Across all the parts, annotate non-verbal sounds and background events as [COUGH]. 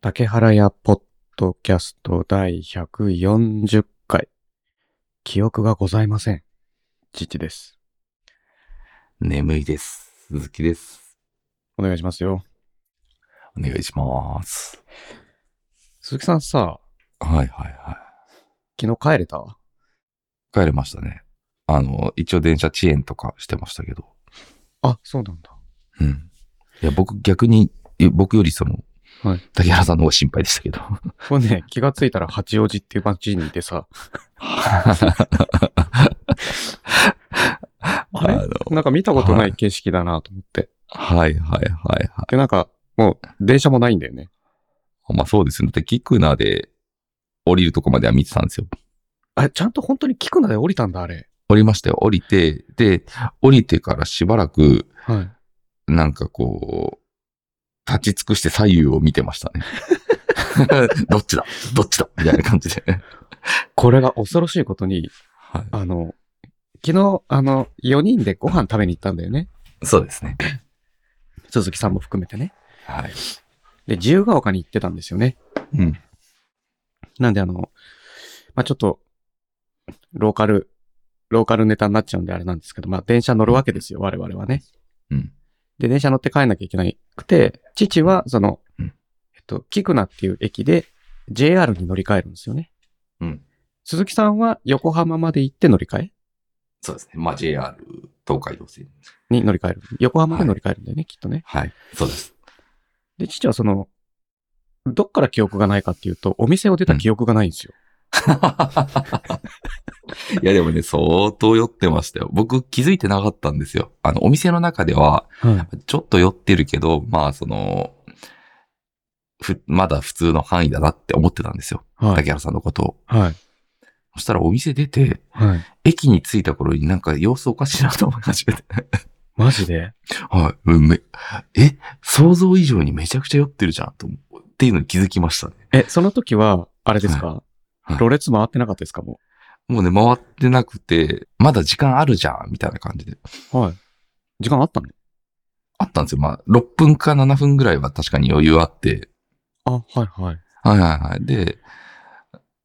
竹原屋ポッドキャスト第140回。記憶がございません。父です。眠いです。鈴木です。お願いしますよ。お願いします。鈴木さんさ、はいはいは昨日帰れたい。帰れましたね。あの、一応電車遅延とかしてましたけど。あ、そうなんだ。うん。いや、僕逆に、い僕よりその、はい竹原さんの方が心配でしたけ [LAUGHS] ど。こ [LAUGHS] れね、気がついたら八王子っていう街にいて [LAUGHS] さ、あれあのなんか見たことない景色だなと思って。はいはいはいはで、なんか、もう電車もないんだよね。い。まあそうですね。で、キクナで降りるとこまでは見てたんですよ。あ、ちゃんと本当に聞くなで降りたんだ、あれ。降りましたよ。降りて、で、降りてからしばらく、はい。なんかこう、立ち尽くして左右を見てました [LAUGHS] ね。どっちだどっちだみたいな感じで。これが恐ろしいことに、はあの、昨日、あの、4人でご飯食べに行ったんだよね。い。そうですね。鈴木さんも含めてね。はい。で、自由が丘に行ってたんですよね。うん。なんであの、まあ、ちょっと、ローカル、ローカルネタになっちゃうんであれなんですけど、まあ、電車乗るわけですよ、我々はね。うん。で、電車乗って帰んなきゃいけなくて、父は、そのうん、えっと、キクナっていう駅で JR に乗り換えるんですよね。うん。鈴木さんは横浜まで行って乗り換えそうですね。まあ、JR 東海道線。に乗り換える。横浜で乗り換えるんだよね、きっとね。はい。そうです。で、父はその、どっから記憶がないかっていうと、お店を出た記憶がないんですよ。 [LAUGHS] いや、でもね、相当酔ってましたよ。僕気づいてなかったんですよ。あの、お店の中では、はい。ちょっと酔ってるけど、まあ、その、ふ、まだ普通の範囲だなって思ってたんですよ。はい。竹原さんのことを。はい。そしたらお店出て、はい。駅に着いた頃になんか様子おかしいなと思い始めて。マジで [LAUGHS] はい。うん、め、え、想像以上にめちゃくちゃ酔ってるじゃんと思う。っていうのに気づきましたね。え、その時は、あれですか、はいロレツ回ってなかったですかももうね、回ってなくて、まだ時間あるじゃんみたいな感じで。う。はい。時間あったのあったんですよ。まあ、6分か7分ぐらいは確かに余裕あって。あ、はいはい。はいはいはい。で、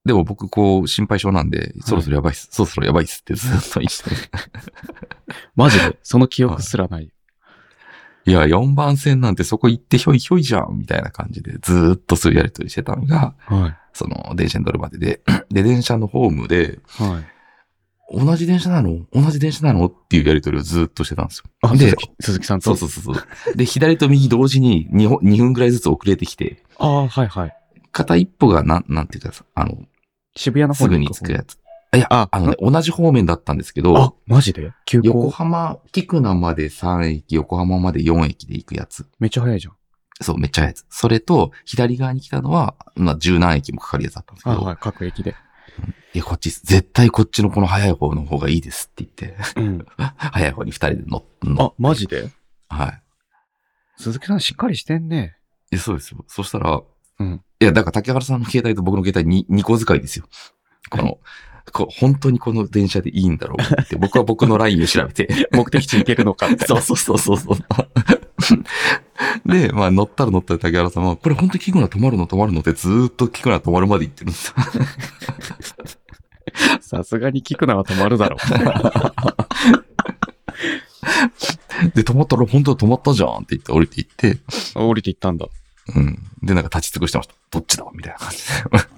でも僕、こう、心配性なんで、そろそろやばいっす、そろそろやばいっすってずっと言って。マジで [LAUGHS] その記憶すらない。いや、4番線なんてそこ行ってひょいひょいじゃんみたいな感じで、ずーっとそういうやりとりしてたのが、はい。その、電車に乗るまでで、 [CLEARS THROAT] で、電車のホームで、はい。同じ電車なの同じ電車なのっていうやりとりをずーっとしてたんですよ。あ、で鈴、木鈴木さんと。そうそうそう [LAUGHS] そう。で、左と右同時に 2, 本2分ぐらいずつ遅れてきて、あーはいはい。片片一歩がなん、なんていうかさ、あの、渋谷の方すぐに着くやつ。いや、ああのね、同じ方面だったんですけあど、、マジで急横行。浜、キクナまで3駅、横浜まで4駅で行くやつ。めっちゃ早いじゃん。そう、めっちゃ速いやつ。それと、左側に来たのは、まあ、十何駅もかかるやつだったんですけあど、はい。各駅で。いや、こっち、絶対こっちのこの速い方の方がいいですって言って、うん。速い方に二人で乗っ、乗あ、マジではい。鈴木さんしっかりしてんね。え、そうですよ。そしたら、うん。いや、だから竹原さんの携帯と僕の携帯に2個使いですよ。この、こ本当にこの電車でいいんだろうって、僕は僕のラインを調べて。 [LAUGHS] 目的地行けるのかって。 [LAUGHS] そうそうそうそうそう。 [LAUGHS] で、まあ乗ったら乗ったら竹原さんは、これ本当にキクナ止まるの止まるのってずーっとキクナ止まるまで言ってるんですよ。 [LAUGHS] さすがに聞くのは止まるだろで、止まったら本当は止まったじゃんって言って降りていって、 [LAUGHS] う。降りていったんだ。うん。で、なんか立ち尽くしてました。どっちだみたいな感じ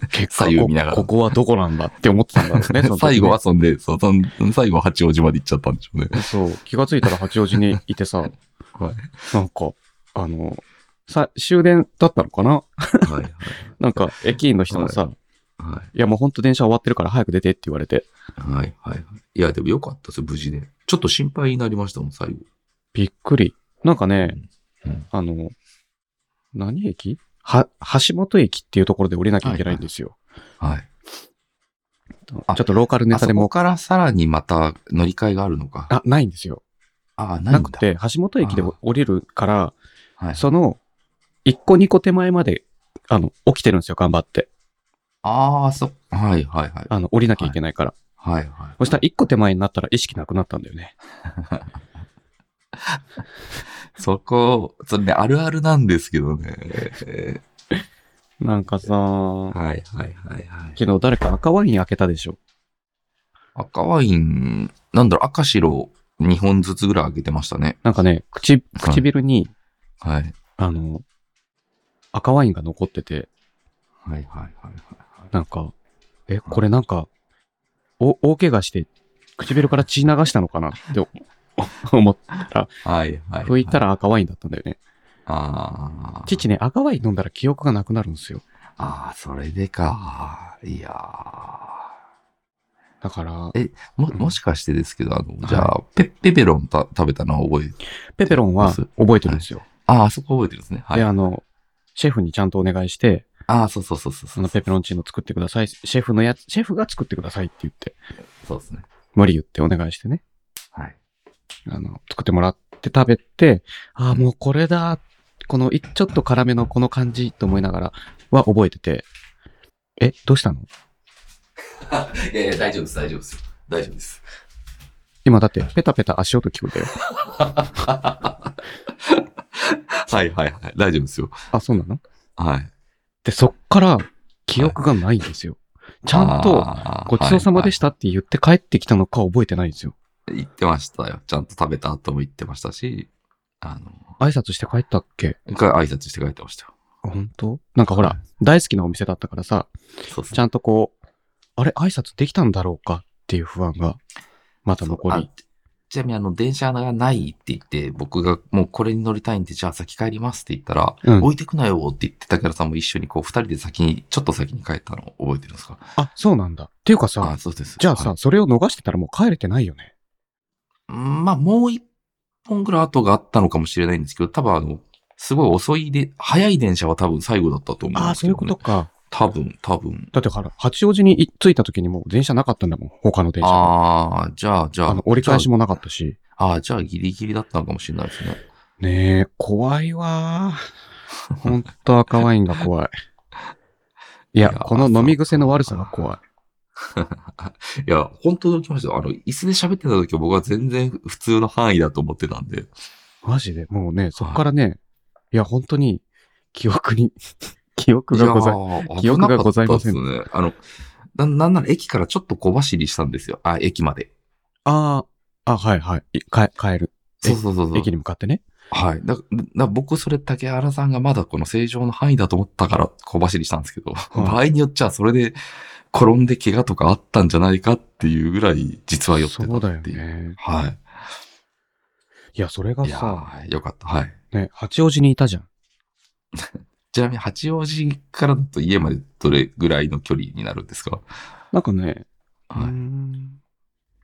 結果、果左右見ながらこここはどこなんだって思ってたんだろ [LAUGHS] うね。そで。の時ね最後遊んで、そう、その最後八王子まで行っちゃったんでしょうね。そう、気がついたら八王子にいてさ、 [LAUGHS] はい。なんか、あの、さ、終電だったのかなはい。なんか、駅員の人もさ、い、はい。やもうほんと電車終わってるから早く出てって言われて、はいはいはい。いや、でもよかったですよ、無事で。ちょっと心配になりましたもん、最後。びっくり。なんかね、うんあの、何駅は、橋本駅っていうところで降りなきゃいけないんですよ。はい。あちょっとローカルネあタそでこも、からさらにまた乗り換えがあるのか。あ、ないんですよ。あ、ないなんくだ。て、橋本駅であ降りるから、はい、その、一個二個手前まで、あの、起きてるんですよ、頑張って。ああ、そ、はいはいはい。あの、降りなきゃいけないから。はいはそしたら一個手前になったら意識なくなったんだよね。い。そこ、それね、あるあるなんですけどね。なんかさ、はいはいはいはい。昨日誰か赤ワイン開けたでしょ。赤ワイン、なんだろう、赤白2本ずつぐらい開けてましたね。なんかね、口、はい唇に、はい。あの、赤ワインが残ってて、はいはいはいはいはい。なんか、え、これなんか、お、大怪我して、唇から血流したのかなっ [LAUGHS] てお思っはいはい、拭いた。ら赤ワインだったんだよね。ああ。父ね、赤ワイン飲んだら記憶がなくなるんですよ。ああ、それでか。いやーだから、え、も、もしかしてですけど、あの、じゃあ、はペペペロンた食べたのは覚えて、ペペロンは覚えてるんですよ。ああ、そこ覚えてるんですね。はい。で、ああの、シェフにちゃんとお願いして、あ、そうそうそうそうそそう。のペペロンチーノ作ってください。シェフのやつ、シェフが作ってくださいって言って、そうですね。無理言ってお願いしてね、はい。あの、作ってもらって食べて、ああ、もうこれだ。この、いちょっと辛めのこの感じと思いながらは覚えてて、え、どうしたのいやいや、大丈夫です、大丈夫です。大丈夫です。今だって、ペタペタ足音聞こえた [LAUGHS] よ。はいはいはい。大丈夫ですよ。あ、そうなのはい。で、そっから、記憶がないんですよ。ちゃんと、あー、ごちそうさまでししたって言って帰ってきたのか覚えてないんですよ。た。言ってましたよ。ちゃんと食べた後も言ってましたし、あの、挨拶して帰ったっけ一回挨拶して帰ってましたよ。あ本当なんかほら、大好きなお店だったからさ、そうですちゃんとこう、あれ、挨拶できたんだろうかっていう不安が、また残りあ。ちなみにあの、電車がないって言って、僕がもうこれに乗りたいんで、じゃあ先帰りますって言ったら、うん置いてくなよって言って、竹原さんも一緒にこう、二人で先に、ちょっと先に帰ったの覚えてるんですかあ、そうなんだ。っていうかあさ、そうです。じゃあさ、はいそれを逃してたらもう帰れてないよね。うんまあ、もう一本ぐらい後があったのかもしれないんですけど、多分あの、すごい遅いで、早い電車は多分最後だったと思うんですけど、ね。ああ、そういうことか。多分、多分。だってから、八王子に着いた時にもう電車なかったんだもん、他の電車が。ああ、じゃあ、じゃあ。あの、折り返しも。もなかったし。ああ、じゃあギリギリだったのかもしれないですね。 [LAUGHS] ねえ、怖いわ [LAUGHS] ー。ほんと赤ワインが怖い。いや、いやこの飲み癖の悪さが怖い。いや、本当に驚きましたよ。あの、椅子で喋ってた時は僕は全然普通の範囲だと思ってたんで。マジで、もうね、そっからね、いや、本当に、記憶に、 [LAUGHS] 記憶がございいや記憶がございません危なかったですね。あの、ななんなら駅からちょっと小走りしたんですよ。あ、駅まで。ああ、あ、はいはい。いか帰る。えそうそうそうそう。駅に向かってね。はい。だだ僕、それ、竹原さんがまだこの正常の範囲だと思ったから小走りしたんですけど、い場合によっちゃそれで転んで怪我とかあったんじゃないかっていうぐらい、実は寄ってたそうだよっていう。ね。はいや、それがい。いやさ、ー、よかった。はい。ね、八王子にいたじゃん。ちなみに、八王子からだと家までどれぐらいの距離になるんですかなんかね、うーはい。ん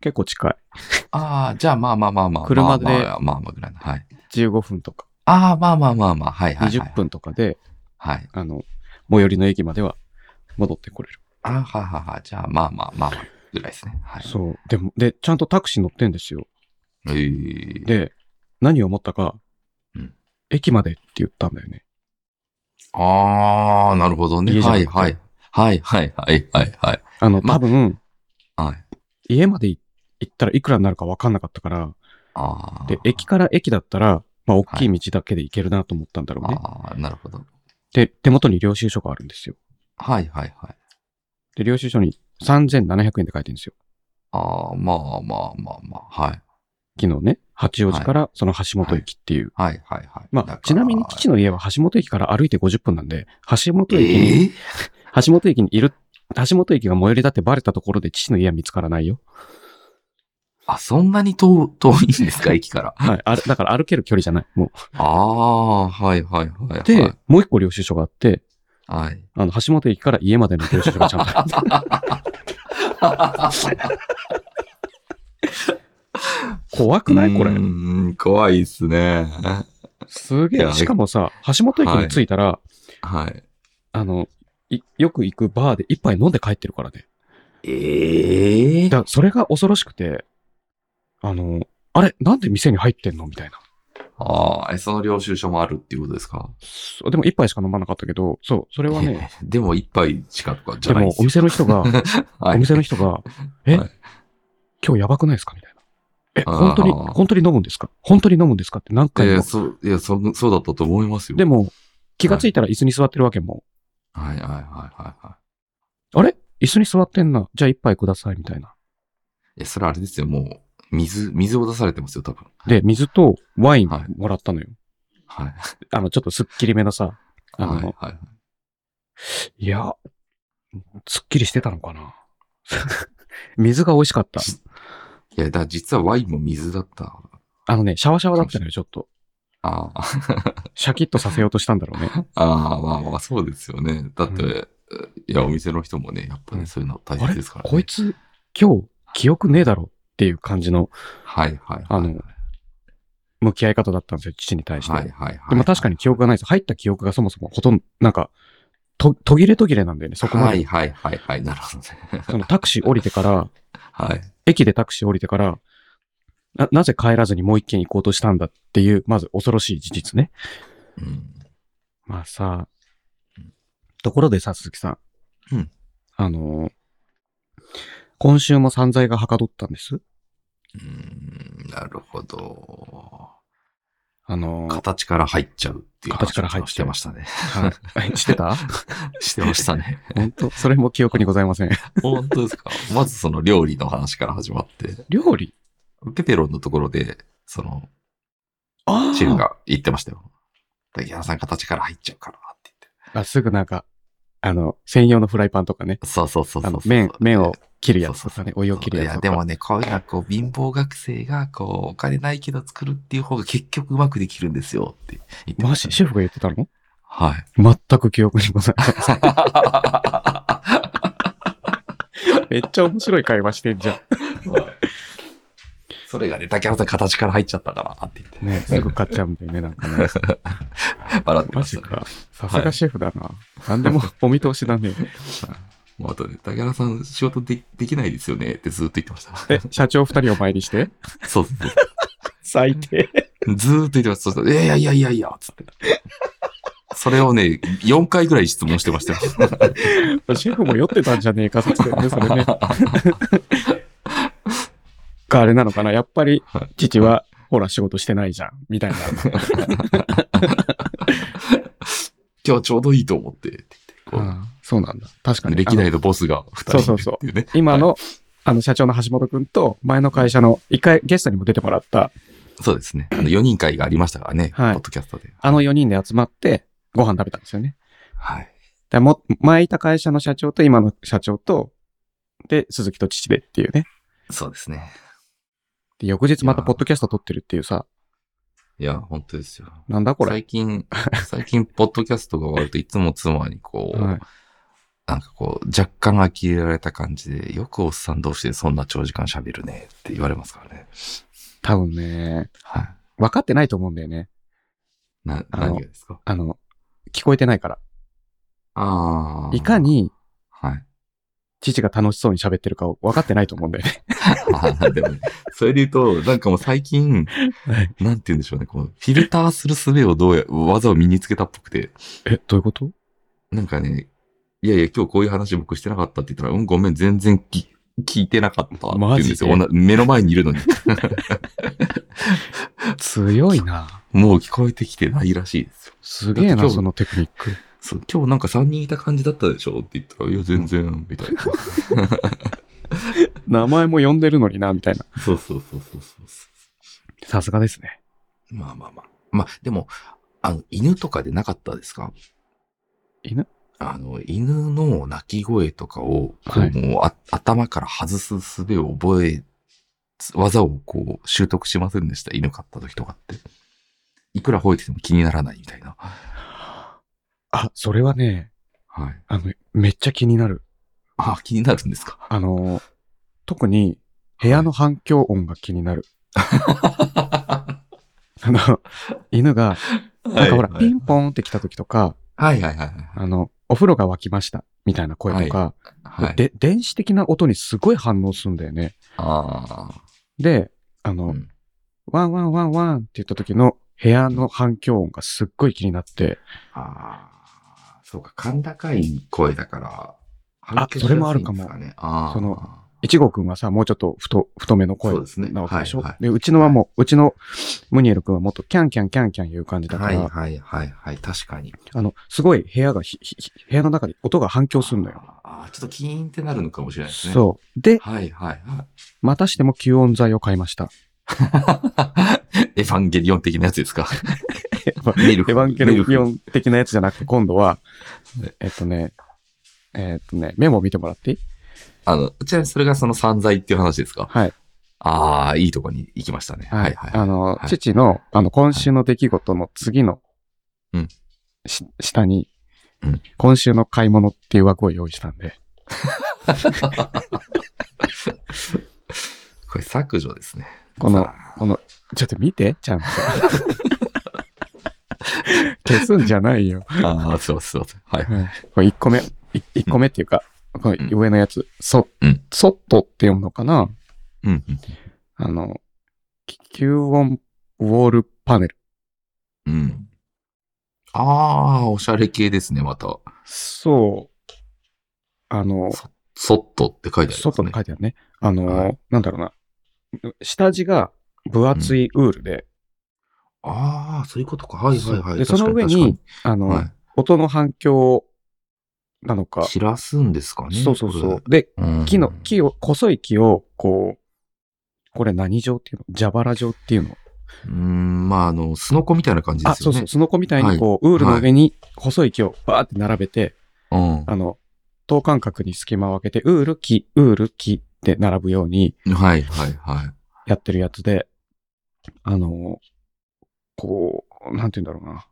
結構近い。ああ、じゃあ、まあまあまあまあ。車でまあまあまあまあぐらいの。はい。 15分とか、ああ、まあまあまあまあ。はいはい、はい。 20。分とかで、はい。あの、最寄りの駅までは戻ってこれる。ああ、はいはいはい。じゃあ、まあまあまあまあぐらいですね。はい。そう。でも、で、ちゃんとタクシー乗ってんですよ。えーで、何を思ったかうん、駅までって言ったんだよね。ああ、なるほどね。家じゃはいなくてはい。はいはいはいはいはい。あの、ま多分、はい。家まで行ったらいくらになるか分かんなかったから、ああ。で、駅から駅だったら、まあ、大きい道だけで行けるなと思ったんだろうね。ああ、なるほど。で、手元に領収書があるんですよ。はいはいはい。で、領収書に3700円で書いてるんですよ。ああ、まあまあまあまあ。はい。昨日ね、八王子からその橋本駅っていう。はいはいはい。まあ、ちなみに父のの家は橋本駅から歩いて50分なんで、橋本駅に、ええ橋本駅にいる、橋本駅が最寄りだってバレたところで父の家は見つからないよ。あ、そんなに遠遠いんで [LAUGHS] すか、駅から。はい。あれだから歩ける距離じゃない。もああ、はいはいはい、はう。い。で、もう一個領収書があって、はい。あの、橋本駅から家までの領収書がちゃんとある。 [LAUGHS] 怖くないこれう。ーん、怖いですね。すげいえ。やしかもさ、橋本駅に着いたら、はい。あの、いよく行くバーで一杯飲んで帰ってるからね。ええだからそれが恐ろしくて、あの、あれなんで店に入ってんのみたいな。ああ、えその領収書もあるっていうことですかそうでも一杯しか飲まなかったけど、そう、それはね、え [LAUGHS] でも一杯しかとかじでゃないもですおよ。店の人 [LAUGHS] が、はおい店の人 [LAUGHS] が、え、はい今日やばくないですかみたいな。え、あー本当に、本当に飲むんですか本当に飲むんですかって何い回や、も。そう、いや、そう、そうだったと思いますよ。でも、気がついたら椅子に座ってるわけもはいはいはいはいはあれ椅子に座ってんな。じゃあ一杯ください、みたいな。い。え、それあれですよ、もう、水、水を出されてますよ、多分。で、水とワインはいもらったのよ。はい。あの、ちょっとすっきりめのさ、あの、はいはいはい。い、や、すっきりしてたのかな。 [LAUGHS] 水が美味しかった。いや、だから実はワインも水だった。あのね、シャワシャワだったのよ、ちょっと。ああ、シャキッとさせようとしたんだろうね。 [LAUGHS] ああ、まあまあ、そうですよね。だって、ういや、お店の人もね、やっぱうりんそういうの大あ切れですからね。こいつ、今日、記憶ねえだろっていう感じのはいはいはい。あの向き合い方だったんですよ、父に対して。はいはいはい。でも確かに記憶がないです。入った記憶がそもそもほとんど、なんか、と途切れ途切れなんだよね、そこまで。はいはいはいはい。なるほどね。そのタクシー降りてから、はい。駅でタクシー降りてから、な、なぜ帰らずにもう一軒行こうとしたんだっていう、まず恐ろしい事実ね。うん。まあさ、ところでさ、鈴木さん。うんあのー今週も散財がはかどったんです。うんなるほど。あのー形から入っちゃうっていう形から入っちゃう話をしてましたね。はい。 [LAUGHS] してたしてましたね。 [LAUGHS] 本当それも記憶にございません。 [LAUGHS] 本当ですか。まずその料理の話から始まって、料理ペペロンのところで、その、あチルが言ってましたよ。竹原さん形から入っちゃうからって言って。あ、すぐなんか、あの、専用のフライパンとかね。そうそうそうそあうそのう。、麺、麺を切るやつとそかうそうねそ、お湯を切るやついとや、か。でもね、こういうのはこう、貧乏学生が、こう、お金ないけど作るっていう方が結局うまくできるんですよって言ってマましジたね、シェフが言ってたのはい。全く記憶にございません。めっちゃ面白い会話してんじゃそれがね、竹原さん形から入っちゃったからって言ってん。ね、すぐ買っちゃうんだよね、なん [LAUGHS] かね。笑ってマましジたね。か。さすがシェフだな。なんでもお見通しだね。もうあとね、竹原さん仕事でできないですよねってずっと言ってました。え、社長二人を前にして [LAUGHS] そうそうそう最低。ずーっと言ってました。そうそういやいやいやいやいや、つって。それをね、4回ぐらい質問してましたよ。 [LAUGHS] シェフも酔ってたんじゃねえか、ってね、それね。か、あれなのかな。やっぱり、父は、ほら、仕事してないじゃん、みたいな。今日ちょうどいいと思って、って言ってこあそうなんだ。確かう、に。歴代のボスが2人いるっていうね。今の、あの、社長の橋本くんと、前の会社の、一回ゲストにも出てもらった、そうですね。あの4人会がありましたからね、はいポッドキャストで。あの4人で集まって、ご飯食べたんですよね。はい。でも、前いた会社の社長と今の社長と、で、鈴木と父でっていうね。そうですね。で、翌日またいやーポッドキャスト撮ってるっていうさ、いや、本当ですよ。なんだこれ。最近、最近、ポッドキャストが終わるといつも妻にこう、はいなんかこう、若干呆れられた感じで、よくおっさん同士でそんな長時間喋るねって言われますからね。多分ね、はい。分かってないと思うんだよね。な、あの何がですかあの、聞こえてないから。ああ。いか。に、はい。父が楽しそうに喋ってるかを分かってないと思うんだよね。あーで [LAUGHS] もね、それで言うと、なんかもう最近、なんて言うんでしょうね、こう、フィルターする術をどうや、技を身につけたっぽくて、 [LAUGHS] え、どういうことなんかね、いやいや、今日こういう話僕してなかったって言ったら、うん、ごめん、全然き聞いてなかったって言うんですよ。マおな目の前にいるのに。強いな。もう聞こえてきてないらしいですよ。すげえだって今な、日そのテクニック。そう、今日なんか3人いた感じだったでしょって言ったら、いや、全然、みた [LAUGHS] いな。名前も呼んでるのにな、みたいな。そうそうそうそうそう。さすがですね。まあまあまあ。まあ、でも、あの、犬とかでなかったですか犬あの、犬の鳴き声とかを、こうはいもうあ頭から外す術を覚え、技をこう、習得しませんでした犬飼った時とかって。いくら吠えてても気にならないみたいな。あ、それはね、はい。あの、めっちゃ気になる。あ、気になるんですかあの、特に部屋の反響音が気になる。あの、犬が、なんかほら、はいピンポーンって来た時とか、はいはいはいあの、お風呂が沸きました、みたいな声とか、はい。はい。で、電子的な音にすごい反応するんだよね。ああ。で、あの、うんワンワンワンワンって言った時の部屋の反響音がすっごい気になって、ああ、そうか、甲高い声だから、あそれもあるかも反響しやすいんですねあーその一号くんはさ、もうちょっと太、太めのそう声ですね。なわけはでいしょ、はい。で、うちのはもう、うちのムニエルくんはもっとキャンキャンキャンキャンいう感じだかはら、いはいはいはい。確かに。あの、すごい部屋がひ、ひひ部屋の中で音が反響するのよ。ああ、ちょっとキーンってなるのかもしれないですね。う。そう。で、はいはい [LAUGHS] はまたしても吸音材を買いました。い。エヴァンゲリオン的なやつですかエヴミルクァンゲリオン的なやつじゃなくて、今度は、えっとね、えっとね、メモを見てもらっていいあの、ちなみにそれがその散財っていう話ですかはい。ああ、いいとこに行きましたね。はいはい。あの、はい父の、あの、今週の出来事の次の、うんし下に、うん今週の買い物っていう枠を用意したんで、これ削除ですね。このさ [LAUGHS] あこの、ちょっと見て、ちゃんと。 [LAUGHS] 消すんじゃないよ。ああ、そうそうそう。はい。はいこれ1個目、い一個目っていうか、この上のやつ、そうん、そっとって読むのかなうんうん。あの、き吸音ウォールパネル。うん。ああ、おしゃれ系ですね、また。そう。あの、ソットって書いてある、ね。外に書いてあるね。あの、はなんだろうな。下地が分厚いウールで、ああ、そういうことか。はいはいはい。で確かその上にあの、確かに音の反響なのはかい、、散らすんですかね。そうそうそうこ。で、れ。うん木の、木を、細い木を、こう、これ何状っていうの蛇腹状っていうのうーん、まあ、あの、すのこみたいな感じであ、すそようね。そう、すのこみたいにこう、ウールの上に細い木をバーって並べて、う。ん。あの、等間隔に隙間を空けて、ウール木、ウール木って並ぶようにはいはいはい。やってるやつで、あの、こう、なんて言うんだろうな。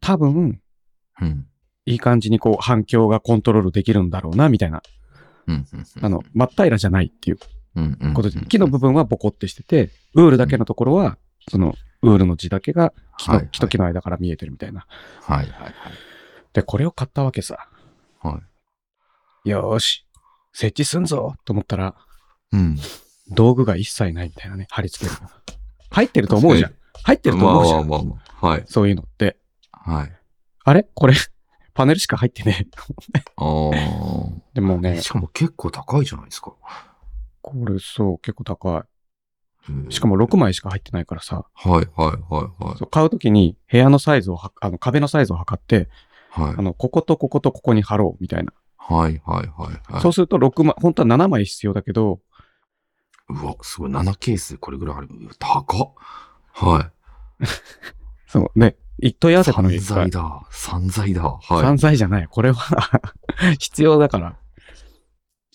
多分、うん。いい感じにこう、反響がコントロールできるんだろうな、みたいな。うんうんうんあの、真っ平らじゃないっていううんうんことで、木の部分はボコってしてて、ウールだけのところは、その、ウールの字だけが木はいのはい木と木の間から見えてるみたいな。はいはいで、これを買ったわけさ。はい。はい。よーし、設置すんぞと思ったら、うん。道具が一切ないみたいなね、貼り付ける。入ってると思うじゃん。入ってると思うじゃん。まあまあまあまあ。はい。そういうのって。はい。あれこれ、 [LAUGHS] パネルしか入ってねえ。 [LAUGHS] あでもあ。ねし、かも結構高いじゃないですか。これそう、結構高うんい。しかも6枚しか入ってないからさ、はいはいはいはい。そう買うときに部屋のサイズをは、あの壁のサイズを測って、はいあ。の、こことこことここに貼ろうみたいな。はいはいはいはい。そうすると6枚、本当は7枚必要だけど、うわ、すごい。7ケースでこれぐらいある。うわ高っ。はい。そうね、い問い合わせたの散に、財だ。散財だ。はい散。財じゃない。これは、 [LAUGHS] 必要だから。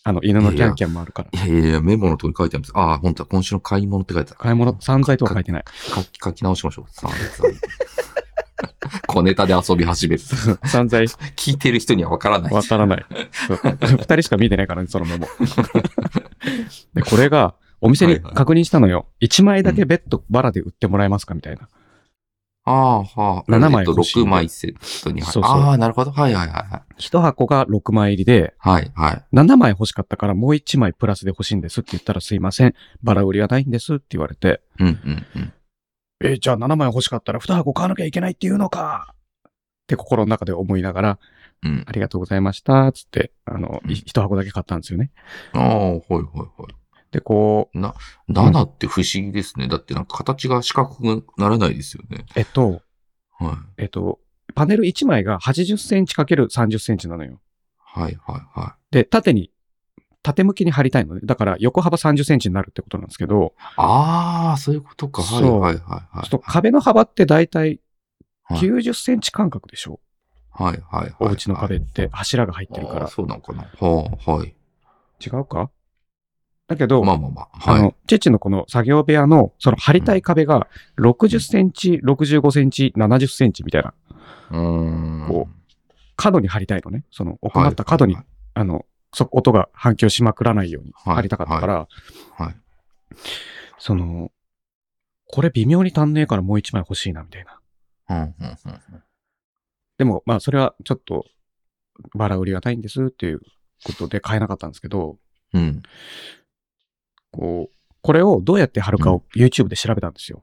あの、犬のキャンキャンもあるから。いやいやいや、メモのとこに書いてあるんです。ああ、本当だ。今週の買い物って書いてある。買い物、散財とは書い [LAUGHS] てない。書き、書き直しましょう。散財。 [LAUGHS] 小ネタで遊び始 [LAUGHS] める。散財、聞いてる人にはわからない。わからない。そう二人しか見てないからね、そのメモ。で、これが、お店に確認したのよ。一枚だけベッドバラで売ってもらえますかみたいな。ああ、はあ。 7枚えっと欲しい6枚セットに入そうそうああ、なるほど。はいはいはい一箱が6枚入りで、はい。はいはい。 7枚欲しかったからもう1枚プラスで欲しいんですって言ったらすいません。バラ売りはないんですって言われて。うんうんうん。えーじゃあ7枚欲しかったら2箱買わなきゃいけないっていうのかって心の中で思いながら、うんあ。りがとうございました、つって、あの、うんい一箱だけ買ったんですよね。ああ、はいはいはい。で、こう、 7って不思議ですね。だってなんか形が四角くならないですよね。えっと、はい。えっと、パネル1枚が80センチ ×30 センチなのよ。はいはいはい。で、縦に、縦向きに貼りたいのね。だから横幅30センチになるってことなんですけど、ああ、そういうことか。はいそうはいはいはい。ちょっと壁の幅ってだいたいはい90センチ間隔でしょ、はいはいはい。お家の壁って柱が入ってるかあーら。そうなのかな。はあ、はい。違うかだけど、まあまあまあ。あはい。の、父のこの作業部屋の、その張りたい壁が、60センチ、65センチ、70センチみたいな、うーん。こ角に張りたいのね。その、奥まった角に、はいあの、そ、音が反響しまくらないようにはい張りたかったから、はい。その、これ微妙に足んねえからもう一枚欲しいな、みたいな。うんうんうんうんでも、まあ、それはちょっと、バラ売りはないんです、っていうことで買えなかったんですけど、うん。こう、これをどうやって貼るかを YouTube で調べたんですよ。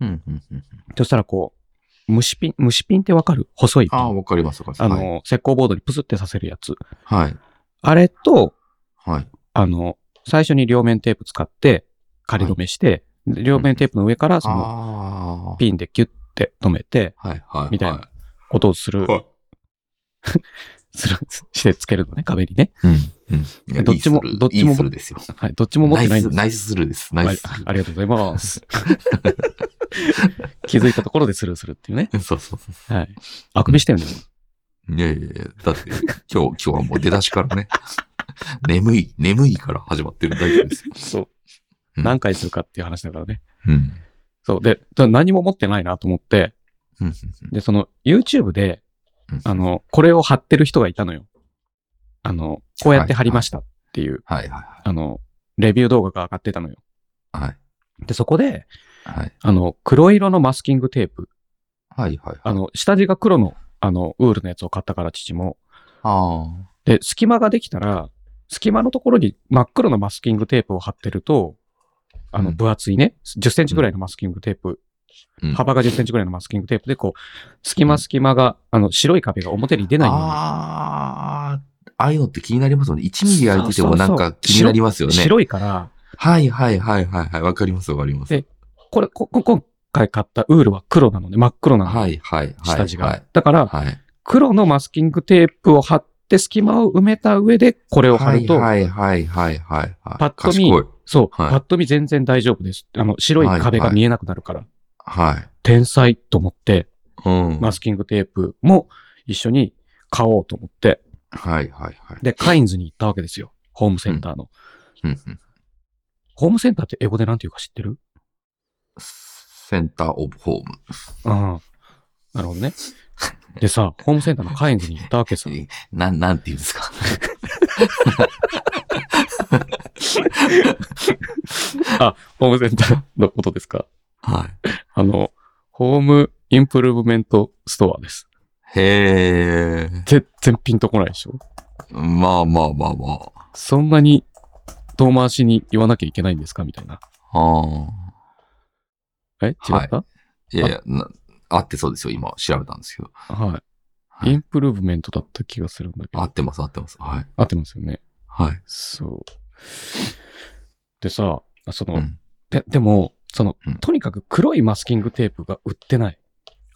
うんうんうんうん。そしたらこう、虫ピン、虫ピンってわかる細いピン。ああ、わかりますわかありの、ます。はい石膏ボードにプスってさせるやつ。はい。あれと、はい。あの、最初に両面テープ使って仮止めして、で両面テープの上からそのあピンでキュッて止めて、あ。はいはい。みたいな音をする、はい。する、 [LAUGHS] してつけるのね、壁にね。うん。うんいや。どっちもいいスルーどっちもいいスルーですよ。はい。どっちも持ってないんですナイス、ナイススルーです。ナイススはルいありがとうございます。 [LAUGHS] 気づいたところでスルーするっていうね。ー。 [LAUGHS] そうそうそはい。あくびしてるんですう。いやいやいや、だって、今日、 [LAUGHS] 今日はもう出だしからね。 [LAUGHS] 眠い、眠いから始まってるだけですよ。そうう。ん何回するかっていう話だからね。うん。そう。で、ただ何も持ってないなと思って、うん。で、その YouTube で、うんあの、これを貼ってる人がいたのよ。あの、こうやって貼りましたっていう、はいはあの、レビュー動画が上がってたのよ。いはい。はい。で、そこで、はい。あの、黒色のマスキングテープ。はいはい。あの、下地が黒の、あの、ウールのやつを買ったから、父も。あで、隙間ができたら、隙間のところに真っ黒のマスキングテープを貼ってると、あうの、ん分厚いね、10センチぐらいのマスキングテープ、あ。幅が10センチぐらいのマスキングテープで、こう、隙間隙間が、あの、白い壁が表に出うん、ないように、ああ、ああいうのって気になりますよね。1ミリ空いててもなんか気になりますよね。白いから、はいはいはいはいはい。わかりますわかります。でこれ、こ、こ今回買ったウールは黒なので、真っ黒なの、はいはいはい。下地が。はい。だから、はい。黒のマスキングテープを貼って、隙間を埋めた上で、これを貼ると、はいはいはいはいはい。パッと見賢いそう、はいパッと見全然大丈夫です。あの、白い壁が見えなくなるから、はい。天才と思って、うん。マず。スキングテープも一緒に買おうと思って、はいはいはい。で、カインズに行ったわけですよ。ホームセンターの。うんうんホームセンターって英語でなんていうか知ってるセンターオブホーム。うん。なるほどね。でさ、ホームセンターのカインズに行ったわけさ。えなん、なんて言うんですか。 [LAUGHS] ホームセンターのことですかはあの、ホームインプルーブメントストアです。い。へえ。全然ピンとこないでしょまあまあまあまあ。そんなに遠回しに言わなきゃいけないんですかみたいな。ああ。え違った、はいいやいや、な合ってそうですよ。今、調べたんですけど。はい。はいインプルーブメントだった気がするんだけ合ど。ってます、合ってます。はい。合ってますよね。はい。そう。でさ、その、うんででも、その、うんとにかく黒いマスキングテープが売ってない。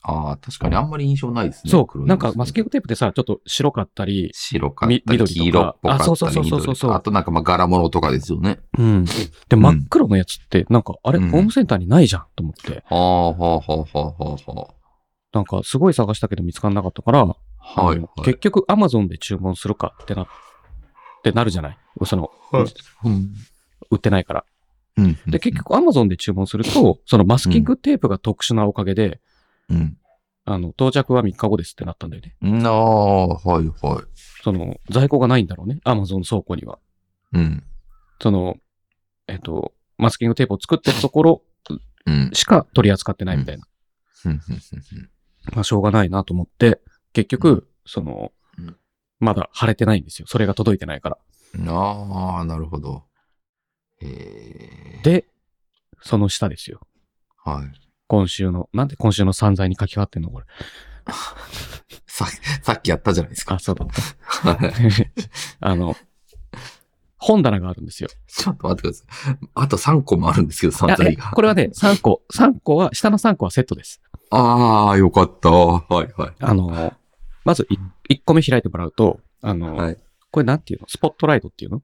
ああ、確かにあんまり印象ないですね。そう。なんかマスキンググ。テープってさ、ちょっと白かったり、白かっみたり、緑とか黄色っぽかったあり、そうそうそうそうそう緑あとなんかまあ柄物とかですよね。うん。で、真っ黒のやつって、なんか、あれ、うんホームセンターにないじゃんと思って、はあ、はあ、はあ、はあ、はあはなんか、すごい探したけど見つからなかったから、あ。はい、あはのい。結局、アマゾンで注文するかってな、ってなるじゃないその、はいうん売ってないから。うん。で、結局、アマゾンで注文すると、そのマスキングテープが特殊なおかげで、うん。あの、到着は3日後ですってなったんだよね。うん。ああ、はい、はい。その、在庫がないんだろうね。アマゾン倉庫には。うん。その、えっと、マスキングテープを作ってるところうん。しか取り扱ってないみたいな。うんうんうんまあ、しょうがないなと思って、結局、うんそのうん、まだ貼れてないんですよ。それが届いてないから。うんああ、なるほど。えー、で、その下ですよ。はい。今週の、なんで今週の散財に書き換わってんのこれ。ささっきやったじゃないですか。 [LAUGHS] あ、そうだった。はいあの、本棚があるんですよ。ちょっと待ってください。あと3個もあるんですけど、散あ財えが。これはね、3個、3個は、下の3個はセットです。ああ、よかった。はいはい。あの、まず1個目開いてもらうと、あの、はいこれなんていうのスポットライトっていうの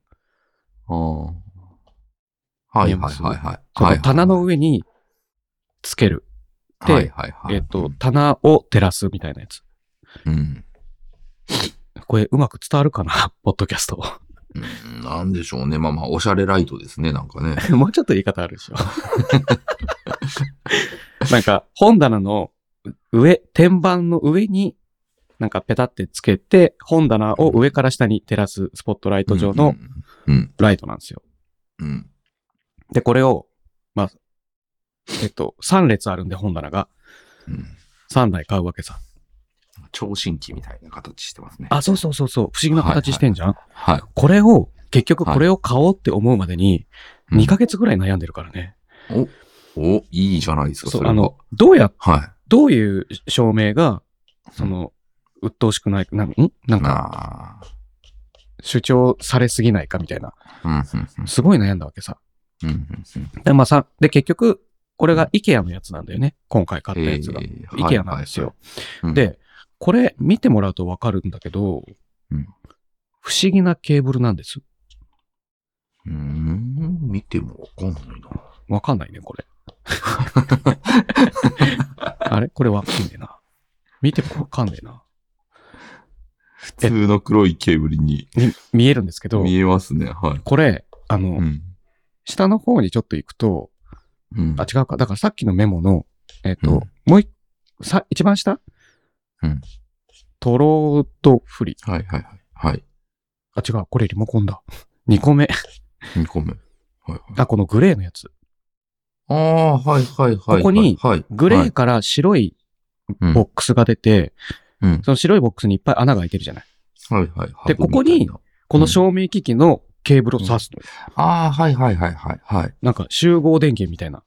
あーはいはいはいはい。そはいの棚の上につける。ではいはいはい。えっと、棚を照らすみたいなやつ。うん。これうまく伝わるかな [LAUGHS] ポッドキャスト。うん。なんでしょうね。まあまあ、おしゃれライトですね、なんかね。もうちょっと言い方あるで [LAUGHS] しょ。なんか、本棚の上、天板の上に、なんかペタってつけて、本棚を上から下に照らすスポットライト状のうん。ライトなんですよ。うん。うん。で、これを、まあ、えっと、3列あるんで本棚が、うん。 3台買うわけさ。超新規みたいな形してますね。あ、そうそうそうそう、不思議な形してんじゃん、はい。これを、結局これを買おうって思うまでに、うん2ヶ月ぐらい悩んでるからね。お、いいじゃないですか、そ、そうれあは。の、どうや、はどういう照明が、い。その、鬱陶しくない、なん、んなんなか、あ主張されすぎないかみたいな。うん、うん、すごい悩んだわけさ。うんうん。うんで、まあさ、で、結局、これが IKEA のやつなんだよね。今回買ったえやーつが。はい IKEA なんですよ。はいはいうんで、これ見てもらうとわかるんだけど、うん不思議なケーブルなんです。うーん、見てもわかんないな。わかんないね、 [LAUGHS] これ。あれこれわかんねえな。見てもわかんねえな。普通の黒いケーブルにに見えるんですけど、見えますね。はい。これ、あの、うん。下の方にちょっと行くと、うんあ、違うか。だからさっきのメモの、えっ、と、うんもう一、さ、一番下うん。トロードフリ。はいはいはい。はい。あ、違う。これリモコンだ。2個目。 2個目。はいはい。あ、このグレーのやつ。ああ、はいはいはい。ここにはい、グレはーいから白いうんボックスが出て、うん。その白いボックスにいっぱい穴が開いてるじゃない。はいはい。で箱ここにみたいなこの照明機器のケーブルを挿すのよ。ああ、はいはいはいはい。はい。なんか集合電源みたいな。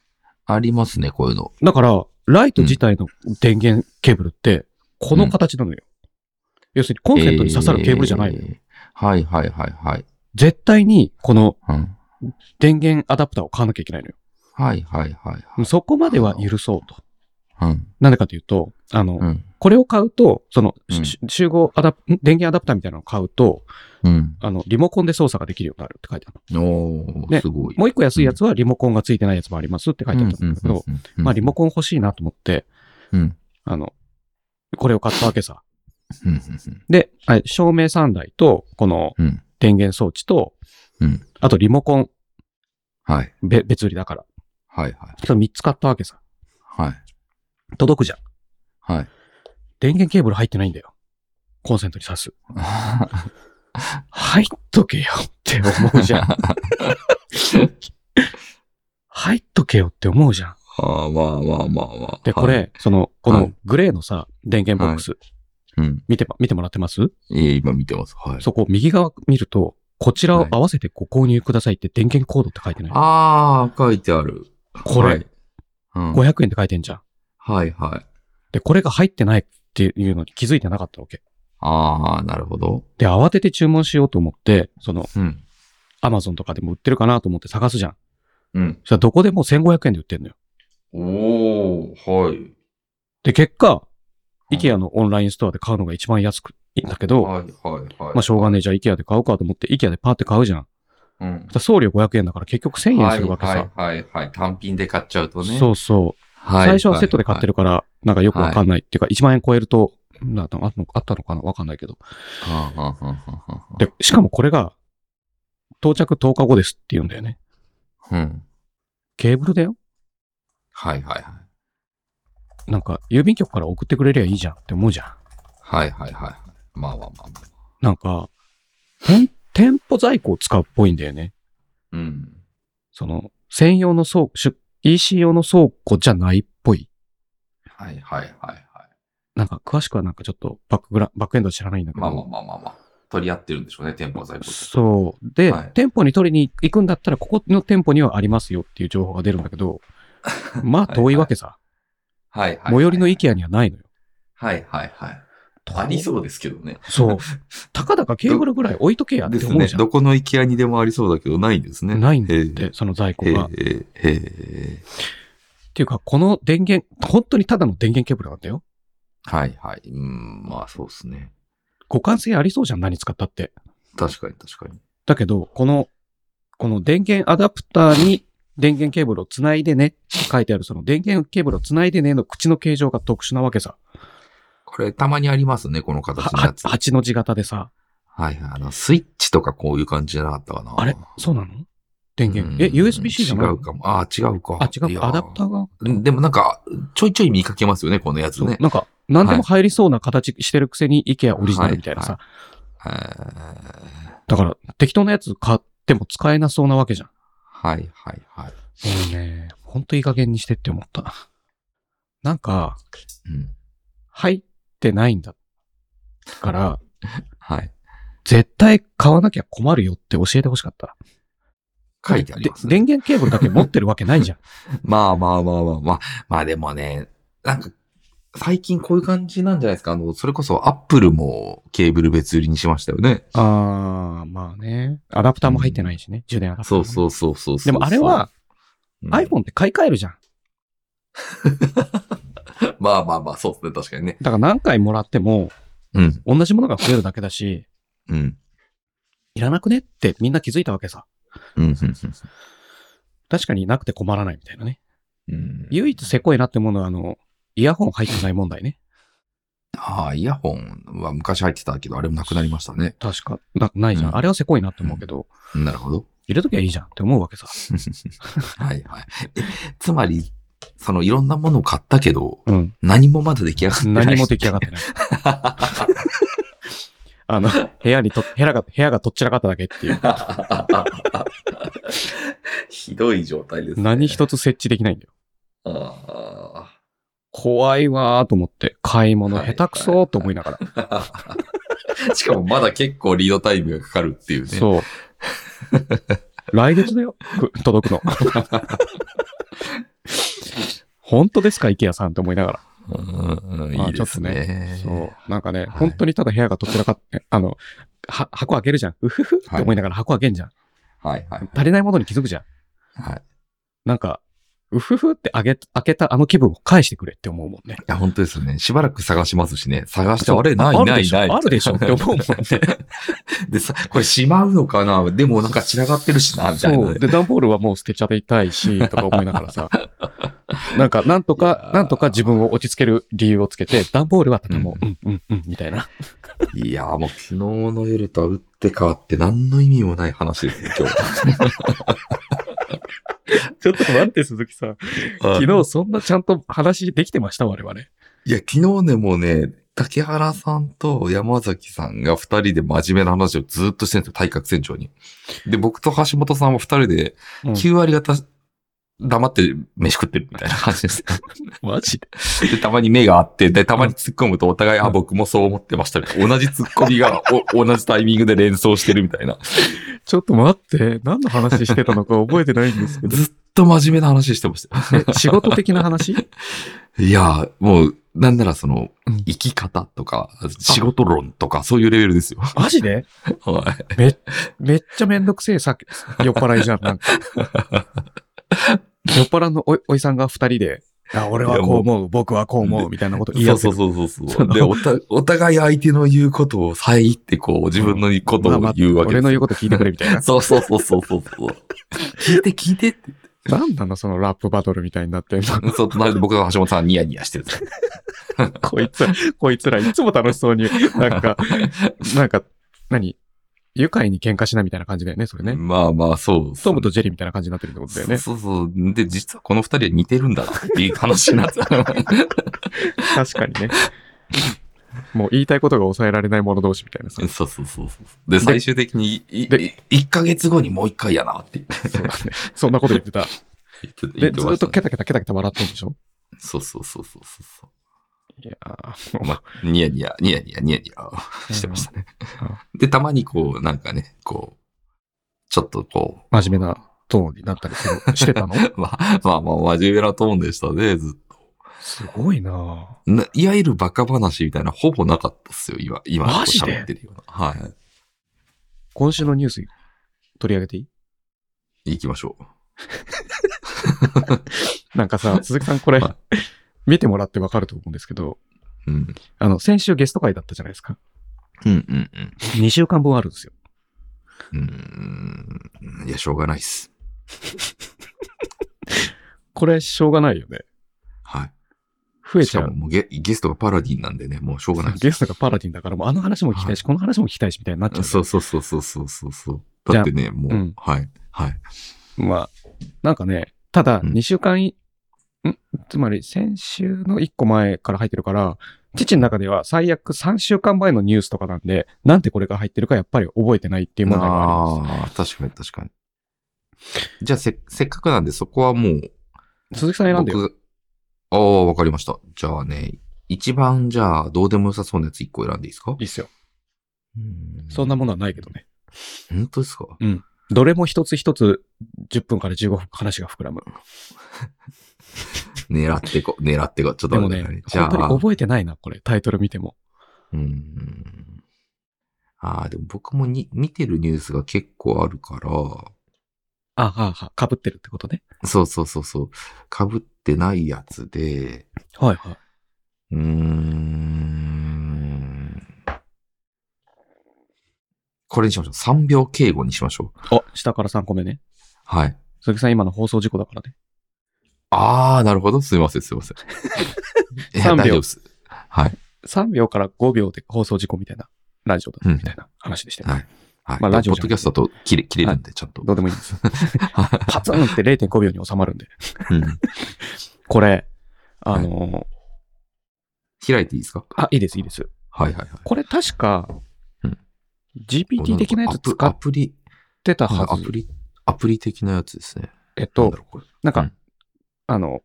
ありますね、こういうの。だから、ライト自体の電源ケーブルって、この形なのよ。要するにコンセントに刺さるケーブルじゃないのよ。えーはいはいはいはい。絶対に、このうん。電源アダプターを買わなきゃいけないのよ。はいはいはいはい。そこまでは許そうと。うん。なんでかというと、あの、うん。これを買うと、その、うんし集合アダプ、ん電源アダプターみたいなのを買うと、うん。あの、リモコンで操作ができるようになるって書いてある。おねー、すごい。もう一個安いやつはリモコンがついてないやつもありますって書いてあったんだけど、うんうんうんうんまあリモコン欲しいなと思って、うん。うんあの、これを買ったわけさ。うんで、あ照明3台と、このうん。うん。電源装置と、うんあとリモコン、はい。べ別売りだから。はいはい。それ3つ買ったわけさ。はい。届くじゃん。 [LAUGHS] はい。電源ケーブル入ってないんだよ。コンセントに挿す。あ入っとけよって思うじ [LAUGHS] ゃん。入っとけよって思うじゃん。あ、まあまあまあまあ。で、はいこれ、、その、こはのいグレーのさ、電源ボックス、うん。見てま、見てもらってますえー今見てます。はい。そこ、右側見ると、こちらを合わせてご購入くださいって電源コードって書いてない。ああ、書いてある。これはい。うん500円って書いてんじゃん。はいはい。で、これが入ってないっていうのに気づいてなかったわけ。ああ、なるほど。で、慌てて注文しようと思って、その、うん。アマゾンとかでも売ってるかなと思って探すじゃん。うん。そしたらどこでも1500円で売ってんのよ。おおはい。で、結果、い IKEA のオンラインストアで買うのが一番安く、いいんだけど、いはいはいまあ、しょうがねえ、じゃあ IKEA で買うかと思って、IKEA でパーって買うじゃん。うんそしたら送料500円だから結局1000円するわけさ。はいはいはい。単品で買っちゃうとね。。そううそう。は最初はセットで買ってる。るから、なんかよくわかんないっていうか、1万円超えると、なんかあったのあったのかなわかんないけど。はあはあはあはあはあで、しかもこれが、到着10日後ですって言うんだよね。うん。ケーブルだよ。はいはいはい。なんか、郵便局から送ってくれりゃいいじゃんって思うじゃん。はいはいはいはい。まあまあまあまあ。なんか、店店舗在庫を使うっぽいんだよね。うん。その、専用の倉庫、出 EC 用の倉庫じゃないっぽい。はいはいはいはい。なんか、詳しくはなんかちょっとバックグラ、バックエンド知らないんだけど。まあまあまあまあまあ。取り合ってるんでしょうね、店舗在庫。そう。で、はい店舗に取りに行くんだったら、ここの店舗にはありますよっていう情報が出るんだけ [LAUGHS] ど、まあ遠いわけさ。はいはいはい。最寄りの IKEA にはないのよ。はいはいはい。遠いありそうですけどね。そう。たかだかケーブルぐらい置いとけやっでてす思うね。じゃん。どこの IKEA にでもありそうだけど、ないんですね。ないんだっへて、その在庫えが。っへえへえていうか、この電源、本当にただの電源ケーブルなんだよ。はいはい。うん、まあそうですね。互換性ありそうじゃん、何使ったって。確かに確かに。だけど、この、この電源アダプターに電源ケーブルをつないでねって書いてある、その電源ケーブルをつないでねの口の形状が特殊なわけさ。これたまにありますね、この形のやつ。はい8の字型でさ。はい。あの、スイッチとかこういう感じじゃなかったかな。あれそうなの電う源。んえ、USB-C じゃない違うかも。ああ、違うか。あ、違いうやか。アダプターが。うんでもなんか、ちょいちょい見かけますよね、このやつそうね。なんか、何でも入りそうな形してるくせに IKEA オリジナルみたいなさ。えーだから、適当なやつ買っても使えなそうなわけじゃん。はいはいはい。もうね、ほんといい加減にしてって思った。なんか、うん。入ってないんだから、はい。絶対買わなきゃ困るよって教えてほしかった。書いてありまです電ね。源ケー [LAUGHS] ブルだけ持ってるわけないじゃん。まあまあまあまあまあ。まあでもね、なんか、最近こういう感じなんじゃないですか。あの、それこそアップルもケーブル別売りにしましたよね。ああ、まあね。アダプターも入ってないしね。充電アダプター、。そうそううそうそうそでう。もあれは、うん、 iPhone って買い替えるじゃん。まあまあまあ、そうですね。確かにね。だから何回もらっても、うん。同じものが増えるだけだし、うん。いらなくねってみんな気づいたわけさ。うん。うん確かになくて困らないみたいなね。うん。唯一せこいなってものは、あの、イヤホン入ってない問題ね。ああ、イヤホンは昔入ってたけど、あれもなくなりましたね。確か。なないじゃん。うんあれはせこいなって思うけど、なるほど。入れときゃいいじゃんって思うわけさ。はいはい。えつまり、そのいろんなものを買ったけど、うん。何もまだ出来上がってない。何も出来上がって [LAUGHS] ない。あの、部屋にと、部屋が、部屋がとっちらかっただけ [LAUGHS] っていう。 [LAUGHS] ひどい状態です、ね。何一つ設置できないんだよ。あ怖いわーと思って、買い物下手くそーと思いながら。ーしかもまだ結構リードタイムがかかるっていうね。 [LAUGHS] そう。来月だよ、く届く [LAUGHS] の。本当ですか、池谷さんって思いながうんうんあーいいですねら。。そう。なんかね、い本当にただ部屋がどちらかって、あの、は、箱開けるじゃん。うふふって思いながら箱開けんじゃん。はいはい足りないものに気づくじゃん。はい。なんか、うふふってあげ、開けたあの気分を返してくれって思うもんね。いや、本当ですよね。しばらく探しますしね。探して、そうあれ、ないあなるでいしょない。あるでしょって思うもんね。 [LAUGHS] でさ、これしまうのかなでもなんか散らがってるしな、みたいなそう。ね。で、段ボールはもう捨てちゃいたい [LAUGHS] し、とか思いながらさ。なんか、なんといやか、ーなんとか自分を落ち着ける理由をつけて、段ボールは畳もう。ううん、うん、うん、みたいな。いやーもう昨日の夜とは打って変わって何の意味もない話ですね、今 [LAUGHS] 日。ちょっと待って、鈴木さん。昨日そんなちゃんと話できてました、我々。いや、昨日ね、もうね、竹原さんと山崎さんが二人で真面目な話をずっとしてるんですよ、対角線上に。で、僕と橋本さんは二人でうん9割方黙って飯食ってるみたいな感じです。マジで。で、たまに目があって、で、たまに突っ込むとお互い、うあ、ん僕もそう思ってましたみたいな。同じ突っ込みがお同じタイミングで連想してるみたいな。ちょっと待って、何の話してたのか覚えてないんですけど。ずっと真面目な話してました。 [LAUGHS] え仕事的な話いやー、もう、なんならそのうん、生き方とか、仕事論とか、そういうレベ [LAUGHS] ルですよ。 [LAUGHS] マジではい。めっちゃめんどくせえさ酔っ払いじゃん、 [LAUGHS] なんか。酔っ払いのおおいさんが二人で、あ、俺はこう思う、僕はこう思う、みたいなこと言い合そうってそるうそうそうそそう。のでおた、お互い相手の言うことを遮って、こう、自分のことまあをまあ言うわけ俺ですの言うよ。。こと聞いてくれ、みた [LAUGHS] いなそうそうそうそ [LAUGHS] うそうそう。聞いて聞いてって。なんなの、そのラップバトルみたいになってんの。 [LAUGHS] そう、隣で僕と橋本さんニヤニヤしてる。こいつら、こいつら、いつも楽しそうに、なん [LAUGHS] か、なんか、何愉快に喧嘩しなみたいな感じだよね、それね。まあまあ、そう。トムとジェリーみたいな感じになってるってことだよね。そうそうそう。で、実はこの二人は似てるんだなっていう話に [LAUGHS] なってた。確かにね。もう言いたいことが抑えられない者同士みたいなさ。そうそうそうそう。で、最終的に、いでい一ヶ月後にもう一回やなってそうだねそんなこと言ってた。言って言で、ってずまっしたとケねタケタケタケタ笑ってるんでしょそうそうそうそうそうそいやう。まあ、ニヤニヤ、ニヤニヤ、ニヤニヤしてましたね。で、たまにこう、なんかね、こう、ちょっとこう、 [LAUGHS] 真面目なトーンになったりするしてたのまあまあまあ、真面目なトーンでしたね、ずっと。すごいなないわゆるバカ話みたいな、ほぼなかったっすよ、今、今、マジで喋ってるような。は今週のニュース取り上げていいい。行きましょう。なんか [LAUGHS] さ、鈴木さんこれは、見てもらってわかると思うんですけど、うん。あの、先週ゲスト会だったじゃないです [LAUGHS] か。うんうんうん。 2週間分あるんですよ。うーんいや、しょうがないっす。これ、しょうがないよね。は増えい。しちゃかもう。もうゲゲストがパラディンなんでね、もうしょうがないっゲストがパラディンだから、もうあの話も聞きたいし、この話も聞きたいし、みたいになっちゃう。す。そうそうそうそうそうそうそう。だってね、もう、うんはい。はい。まあ、なんかね、ただ、うん2週間い、んつまり、先週の1個前から入ってるから、父の中では最悪3週間前のニュースとかなんで、なんてこれが入ってるかやっぱり覚えてないっていう問題がありまああ、確かに確かに。じゃあせ、せっかくなんで、そこはもう、す。鈴木さん選んでよ。僕、ああ、わかりました。じゃあね、一番じゃあ、どうでも良さそうなやつ一個選んでいいですかいいっすよ。うんそんなものはないけどね。本当ですかどれも一つ一つ10分から15分話が膨らむ。狙ってこ、 [LAUGHS] 狙ってこ。ちょっとでも待ってね、じゃ本当にあ、覚えてないな、これ。タイトル見ても。うん。ああ、でも僕もに見てるニュースが結構あるから、あはあはあ、被ってるってことね。そうそうそうそう、被ってないやつで、はいはい。うーん。これにしましょう。3秒敬語にしましょう。あ、下から3個目ね。はい。鈴木さん、今の放送事故だからね。ああ、なるほど。すいません、すい [LAUGHS] ません。い3や秒大丈夫です。はい。 3秒から5秒で放送事故みたいな、ラジオだ、うんみたいな話でしたよ、はい。はい。まあラジオポッドキャストだと切れ切れるんで、ちゃんと。どうでもいいんです。 [LAUGHS] はいパツンって0.5秒に収まるんで。うんこれ、あのー開いていいですかあ、いいです、いいです。はいはいはい。これ確かうん、 GPT 的なやつ使アっプリ、てたアはプず。リ、アプリ的なやつですね。えっなんとだ、ろう、これ。なんうかん、あの、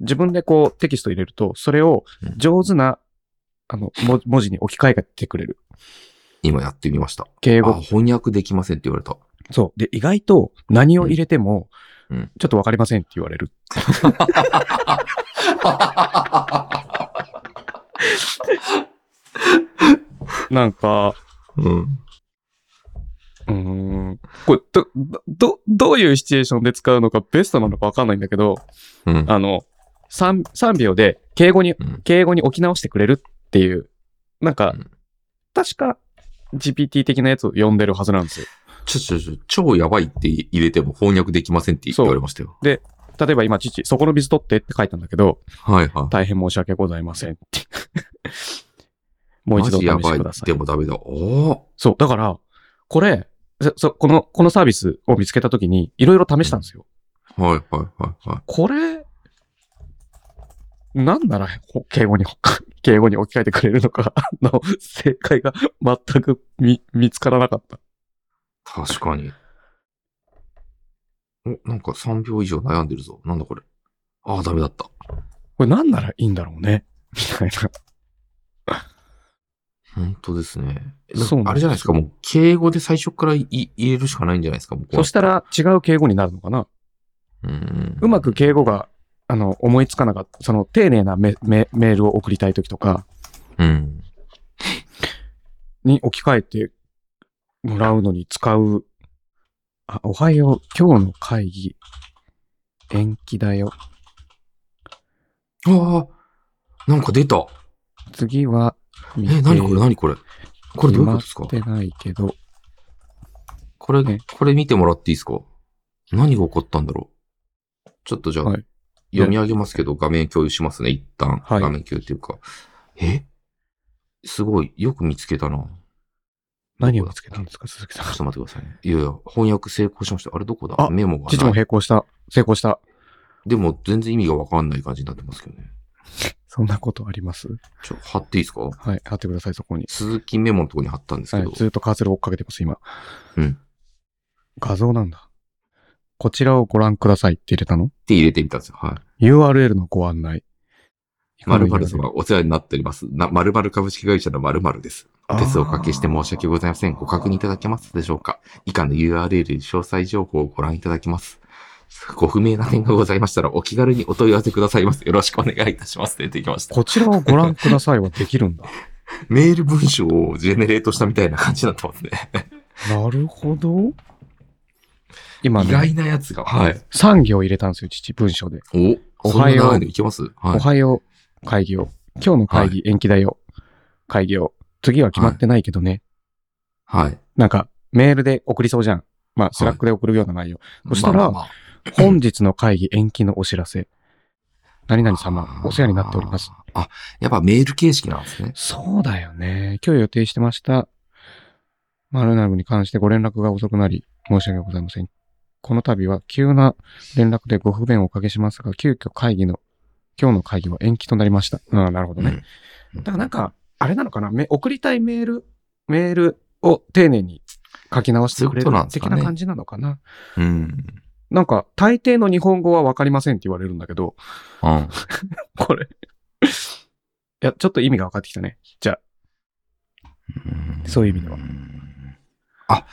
自分でこうテキスト入れると、それをうん上手な、あの、も文字に置き換えてくれる。今やってみました。敬あ、語。翻訳できませんって言われた。そう。で、意外と何を入れてもうんうん、ちょっとわかりませんって言われる。 [LAUGHS] なんか、うん。うーん。これ、ど、どど、どういうシチュエーションで使うのかベストなのかわかんないんだけど、うん。あの、3、3秒で敬語にうん敬語に置き直してくれるっていう、なんか、うん確か GPT 的なやつを呼んでるはずなんですよ。ちょちょちょ、超やばいって入れても翻訳できませんって言われましたよ。例えば今、父、そこの水取ってって書いたんだけど、はいはい。大変申し訳ございませんって。 [LAUGHS] もう一度お試マジしやくばだい。さい。でもダメだ。おーそう、だから、これ、そそこの、このサービスを見つけたときに、いろいろ試したんですよ。はいはいはいはい。これ、なんなら、ほ敬語に、 [LAUGHS] 敬語に置き換えてくれるのか、 [LAUGHS] あの、正解が [LAUGHS] 全く見、見つからなかった。確かに。お、なんか3秒以上悩んでるぞ。なんだこれ。ああ、ダメだった。これ何ならいいんだろうねみたいな。本当ですね。そうなんですあれじゃないですか、もう、敬語で最初からい入れるしかないんじゃないですか、もうこうそしたら違う敬語になるのかなうんうまく敬語が、あの、思いつかなかった。その、丁寧なメメメールを送りたいときとかうん。に置き換えてもらうのに使う。あ、おはよう。今日の会議。延期だよ。ああ、なんか出た。次は、え、何これ、何これ。これどういうことですか決まってないけど。これ、ねこれ見てもらっていいですか何が起こったんだろうちょっとじゃあ、はい読み上げますけど、画面共有しますね、一旦。はい画面共有っていうか。えすごい、よく見つけたな。何を見つけたんですか、鈴木さんちょっ。と待ってくださいね。いやいや、翻訳成功しました。あれどこだあメモが父もない。並行した。成功した。でも、全然意味がわかんない感じになってますけどね。そんなことありますちょ、貼っていいですかはい。貼ってください、そこに。鈴木メモのとこに貼ったんですはけいど。、ずっとカーソル追っかけてます、今。うん。画像なんだ。こちらをご覧くださいって入れたのって入れてみたんですよ。はい。 ?URL のご案内。 〇〇様、お世話になっております。な、〇〇株式会社の〇〇です。お手数をおかけして申し訳ございません。ご確認いただけますでしょうか以下の URL に詳細情報をご覧いただきます。ご不明な点がございましたら、お気軽にお問い合わせくださいます。よろしくお願いいたします。出てきました。こちらをご覧くださいはできるんだ。 [LAUGHS] メール文章をジェネレートしたみたいな感じになってますね。なるほど。今意ね、外なやつが。はい。産業入れたんですよ、父、文章で。お、おはようそんな長いのいけますはおい。はよう、会議を。今日の会議延期だよ。会議を。次は決まってないけどね。はい。なんか、メールで送りそうじゃん。まあ、スラックで送るような内容。そしたらまあまあまあ本日の会議延期のお知らせ。何々様、お世話になっております。。あ、やっぱメール形式なんですね。そうだよね。今日予定してました。マルナムに関してご連絡が遅くなり、申し訳ございません。この度は急な連絡でご不便をおかけしますが、急遽会議の、今日の会議は延期となりました。うん、なるほどね。うんだからなんか、あれなのかなめ送りたいメール、メールを丁寧に書き直してくれそういうことるなんです的かねな感じなのかなうん。うん。なんか、大抵の日本語はわかりませんって言われるんだけど、うんこ [LAUGHS] れ。いや、ちょっと意味が分かってきたね。じゃあ、そういう意味では。あ、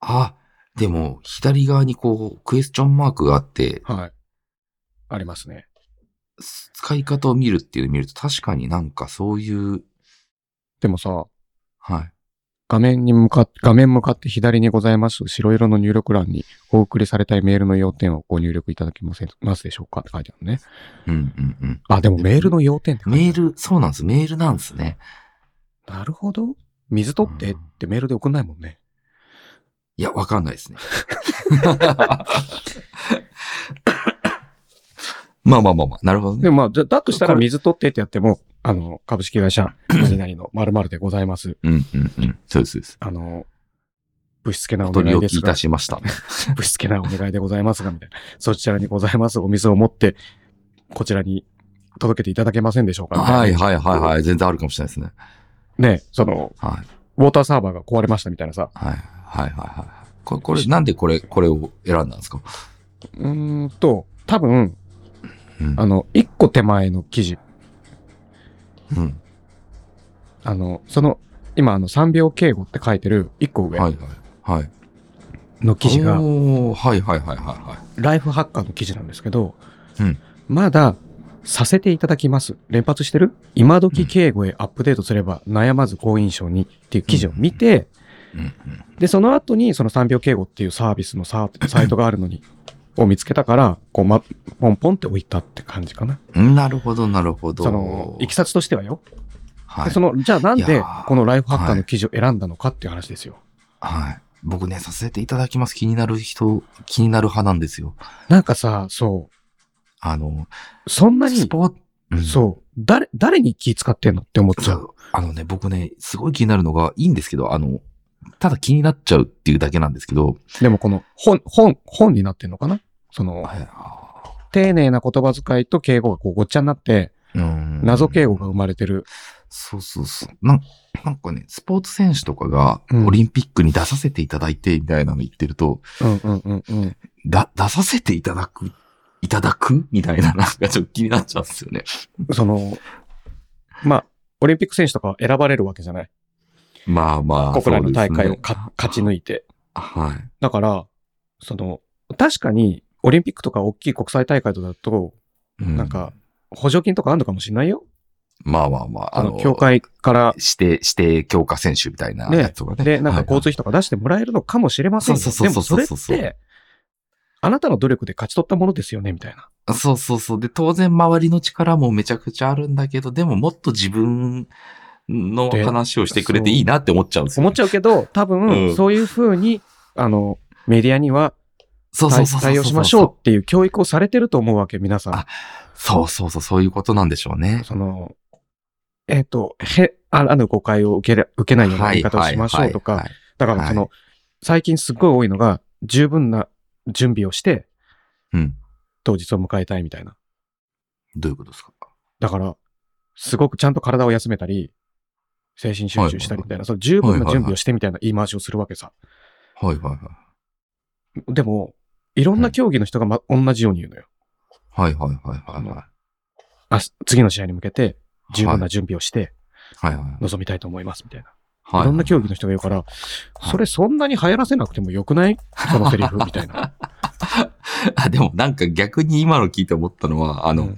あ、でも、左側にこう、クエスチョンマークがあって、はい。ありますね。使い方を見るっていうのを見ると、確かになんかそういう、でもさ、はい。画面に向かっ画面向かって左にございます白色の入力欄にお送りされたいメールの要点をご入力いただけませんますでしょうかって書いてあるね。うんうんうん。あ、でもメールの要点って書いてあるメール、そうなんです。メールなんですね。なるほど。水取ってってメールで送んないもんね。いや、わかんない [LAUGHS] ですね。まあまあまあまあ、なるほどでね。もまあ、じゃだとしたらこれ水取ってってやっても、あの、株式会 [CLEARS THROAT] 社何々の〇〇でございます。うんうんうん。そうです、そうです。あの、ぶしつけなおお取願りい置できすいがた、しました。ぶしつけなお願いでございますが、みたいな。そちらにございますお水を持って、こちらに届けていただけませんでしょうかみたいなはいはいはい [LAUGHS] はい。全然あるかもしれないですね。ね、その、はい。ウォーターサーバーが壊れましたみたいなさ。はい。はいはいはい。これ、これ、なんでこれ、これを選んだんですかうーんと、多分、うんあの、一個手前の記事、うん。あの、その、今、あの、3秒敬語って書いてる一個上はいはい。はい。の記事が、おーはいはいはいはいはライフハッカーの記事なんですけど、うんまだ、させていただきます。連発してる今時敬語へアップデートすれば悩まず好印象にっていう記事を見て、い。うんで、その後にその3秒敬語っていうサービスのサーサイトがあるのに、を見つけたから、こう、ま、ポンポンって置いたって感じかな。うん。なるほどなるほど。その、いきさつとしてはよ。はでいそ。の、じゃあなんいでやーこのライフハッカーの記事を選んだのかっていう話ですよ。はい。僕ね、させていただきます。気になる人、気になる派なんですよ。なんかさ、そあの、う、そんなスに、ポーツ、うんそう、誰、誰に気使ってんのって思っちそゃう。う。あのね、僕ね、すごい気になるのが、いいんですけど、あの、ただ気になっちゃうっていうだけなんですけど、でもこの、本、本、本になってんのかなその、はい丁寧な言葉遣いと敬語がこうごっちゃになって、うん謎敬語が生まれてる。そうそうそう。なんなんかね、スポーツ選手とかがうんオリンピックに出させていただいてみたいなの言ってると、うんうんうんうん。だ、出させていただく、いただくみたいな、なんかちょっと気になっちゃうんですよね。その、まあ、オリンピック選手とかは選ばれるわけじゃない。まあまあ、国内の大会そうをですねか、勝ち抜いて。はい。だから、その、確かに、オリンピックとか大きい国際大会とかだと、うなんか、補助金とかあるのかもしれないよ。まあまあまあ、あの、協会から、指定、指定強化選手みたいなねやつとかね。で、なんか交通費費。とか出してもらえるのかもしれませんよそうそでうそもうそそうれっそうそうて、あなたの努力で勝ち取ったものですよね、みたいな。そうそうそう。で、当然周りの力もめちゃくちゃあるんだけど、でももっと自分ので話をしてくれていいなって思っちゃうんですよ、思っちゃうけど、多分、うんそういうふうに、あの、メディアにはそうそ対うそうそう。対応しましょうっていう教育をされてると思うわけ、皆さん。あそうそうそう、そういうことなんでしょうね。その、えっ、と、へ、あらぬ誤解を受けれ受けないような言い方をしましょうとはいか、はいだからその、はい最近すっごい多いのが、十分な準備をして、はいうん。当日を迎えたいみたいな。どういうことですかだから、すごくちゃんと体を休めたり、精神集中したりみたいな、その十分な準備をしてみたいな言い回しをするわけさ。はいはいはい。でも、いろんな競技の人が、ま、同じように言うのよ。はいはいはいはい。あ次の試合に向けて、十分な準備をして、はいはい。臨みたいと思います、みたいな。はいろんな競技の人が言うから、いそれそんなに流行らせなくてもよくないそのセリフみたいな。 [LAUGHS] あ、でもなんか逆に今の聞いて思ったの [LAUGHS] は、あの、うん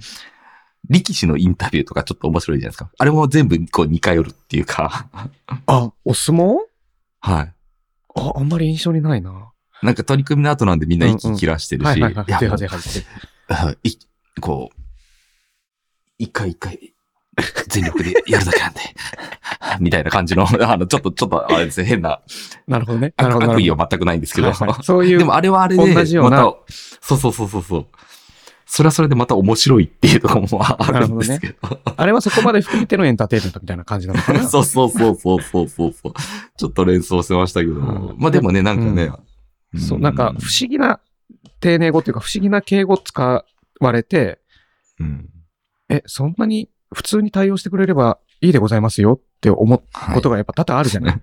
力士のインタビューとかちょっと面白いじゃないですか。あれも全部こう似通るっていうか、 [LAUGHS] あ、お相撲はい。あ、あんまり印象にないな。なんか取り組みの後なんでみんな息切らしてるし、はいはいはい。いぜやはもぜはぜ。ういこう、一回一回、全力でやるだけなんで、 [LAUGHS] みたいな感じの、あの、ちょっと、ちょっと、あれですね、変な、なるほどね。なるほどな悪る意ほは全くないんですけど。ど、はいはいそういう、 [LAUGHS] でもあれはあれで、同じようなまた、そうそうそうそうそう。それはそれでまた面白いっていうところもあるんですけど。あれはそこまで含めてのエンターテイメントみたいな感じなのかな。 [LAUGHS] そうそうそうそうそうそうそう。ちょっと連想してましたけど。うんまあでもね、なんかね。うそう、なんか不思議な丁寧語っていうか不思議な敬語使われて、うんえ、そんなに普通に対応してくれればいいでございますよって思うはいことがやっぱ多々あるじゃない。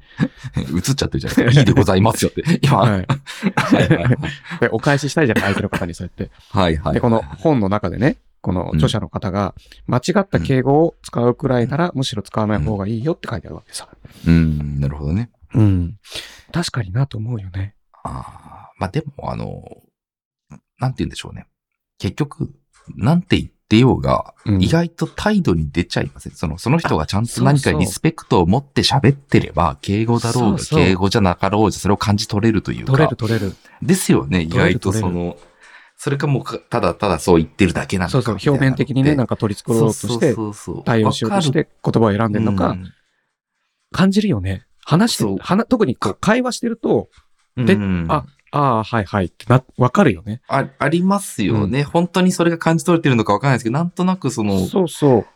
映っちゃってるじゃないですか。いいでございますよって。今、はい [LAUGHS] はい。はいはいでお返ししたいじゃない、相手の方にそうやって。はいはい。で、この本の中でね、この著者の方が、間違った敬語を使うくらいなら、むしろ使わない方がいいよって書いてあるわけさ。うん、なるほどね。うん。確かになと思うよね。ああ、まあでも、あの、なんて言うんでしょうね。結局、なんて言っ出ようが、うん意外と態度に出ちゃいません。その、その人がちゃんと何かそうそうリスペクトを持って喋ってれば、敬語だろうが、そうそう敬語じゃなかろうじゃ、それを感じ取れるというか。取れる取れる。ですよね、意取れる外とその、それかもうか、ただただそう言ってるだけなのかそうそう、表面的にね、なんか取り繕ろうとして、対応しようとしるて言葉を選んでるのか、感じるよね。話してそう、はな特にこう会話してると、であああ、はいはいってな、わかるよね。あ、ありますよね、本当にそれが感じ取れてるのかわかんないですけど、なんとなくその、そうそ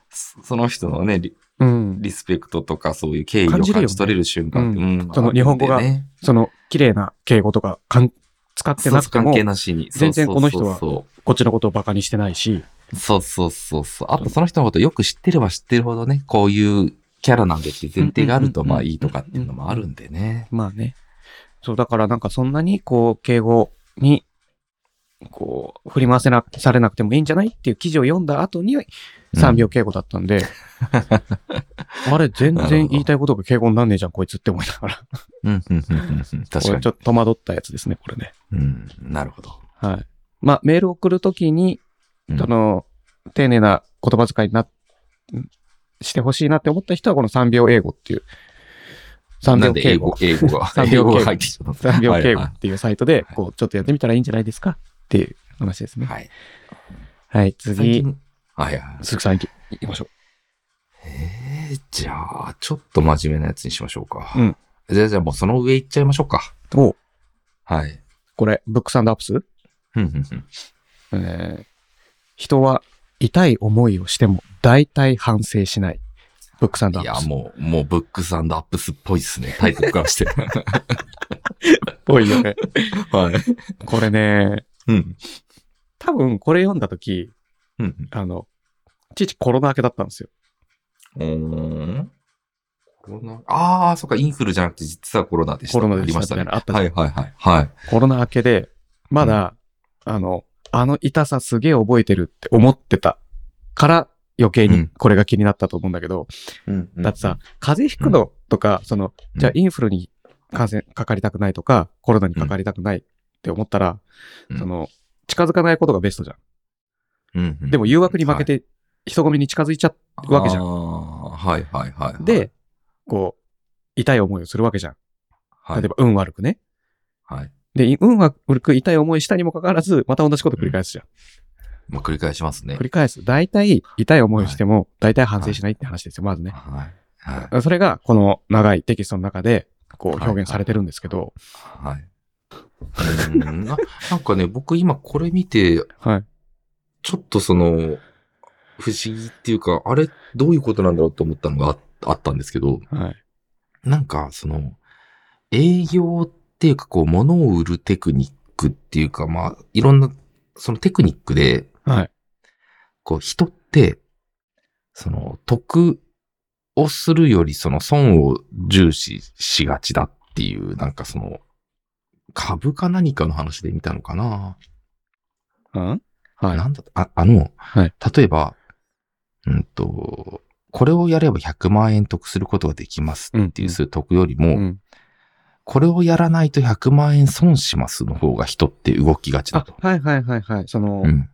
その人のねリ、う。うん。リスペクトとかそういう敬意を感感じるよねじ取れる瞬間って、ううんその日本語があるんでねその、綺麗な敬語とかかん、使ってそうなそうくて関も係、なしに。全然この人はそうそうそうこっちのことをバカにしてないし、そうそうそうそう。あとその人のことよく知ってれば知ってるほどね、こういうキャラなんでっていう前提があるとうんうんうんまあいいとかっていうのもあるんでね。まあね。そう、だからなんかそんなに、こう、敬語に、こう、振り回せな、されなくてもいいんじゃないっていう記事を読んだ後に、3秒敬語だったん [LAUGHS] で、あれ、全なる然ほど言いたいことが敬語になんねえじゃん、こいつって思いながら。うん、うん、うん、うんうん。確こかれにちょ。っと戸惑ったやつですね、これね。うん、なるほど。はい。まあ、メールを送るときに、うんその、丁寧な言葉遣いにな、してほしいなって思った人は、この3秒英語っていう、3な秒んで敬英語、語、、英語が三秒敬語英が入ってきちゃった。 3秒敬語はいっていうサイトでは、いこう、ちょっとやってみたらいいんじゃないですかっていう話ですね。はい。はい、最次、近はいはい。鈴木さん行き行きましょえー、じゃあ、ちょっと真面目なやつにしましょうか。うんじゃあ、じゃあもうその上行っちゃいましょうか。う。おはい。これ、ブックサンドアップスうんうんうんえー人は痛い思いをしても、大体反省しない。ブックサンドアッいやプ、ス。もう、もう、ブックスアップスっぽいですね。タイトルか [LAUGHS] ら [LAUGHS] して。ぽいよね。はい。これね、うん。多分これ読んだとき、うん。あの、父コロナ明けだったんですよ。うーん。コロナ、ああ、そっか、インフルじゃなくて、実はコロナでした。コロナでありまししたたみたいなのね。あったじゃんはいはいはい。はい。コロナ明けで、まだ、あの、あの痛さすげえ覚えてるって思ってたから余計うにんこれが気になったと思うんだけど、だってさ、、風邪ひくのとか、その、うんじゃあインフルに感染かかりたくないとか、コロナにかかりたくないって思ったら、うんその、近づかないことがベストじゃん。うんうんでも誘惑に負けて人混みに近づいちゃうわけじゃんん。あーはいはいはいはい。で、こう、痛い思いをするわけじゃん。は例い、えば運悪くね。はい。で、運は悪く痛い思いしたにもかかわらず、また同じこと繰り返すじゃん。まあ、繰り返しますね繰。り返す。大体、痛い思いをしても、大体反省しないって話ですよ、まずね。はい。はい。それが、この長いテキストの中で、こう表現されてるんですけど、はい。うーんななんかね、僕今これ見て、はい。ちょっとその、不思議っていうか、あれ、どういうことなんだろうと思ったのがああったんですけど、はい。なんか、その、営業っていうか、こう、物を売るテクニックっていうか、まあ、いろんな、そのテクニックで、はい。こう、人って、その、得をするより、その、損を重視しがちだっていう、なんかその、株か何かの話で見たのかなうんはい。なんだったあ、あの、はい例えば、うんと、これをやれば100万円得することができますっていう数得よりも、うん。これをやらないと100万円損しますの方が人って動きがちだあと、。はいはいはいはい。そのう、ん。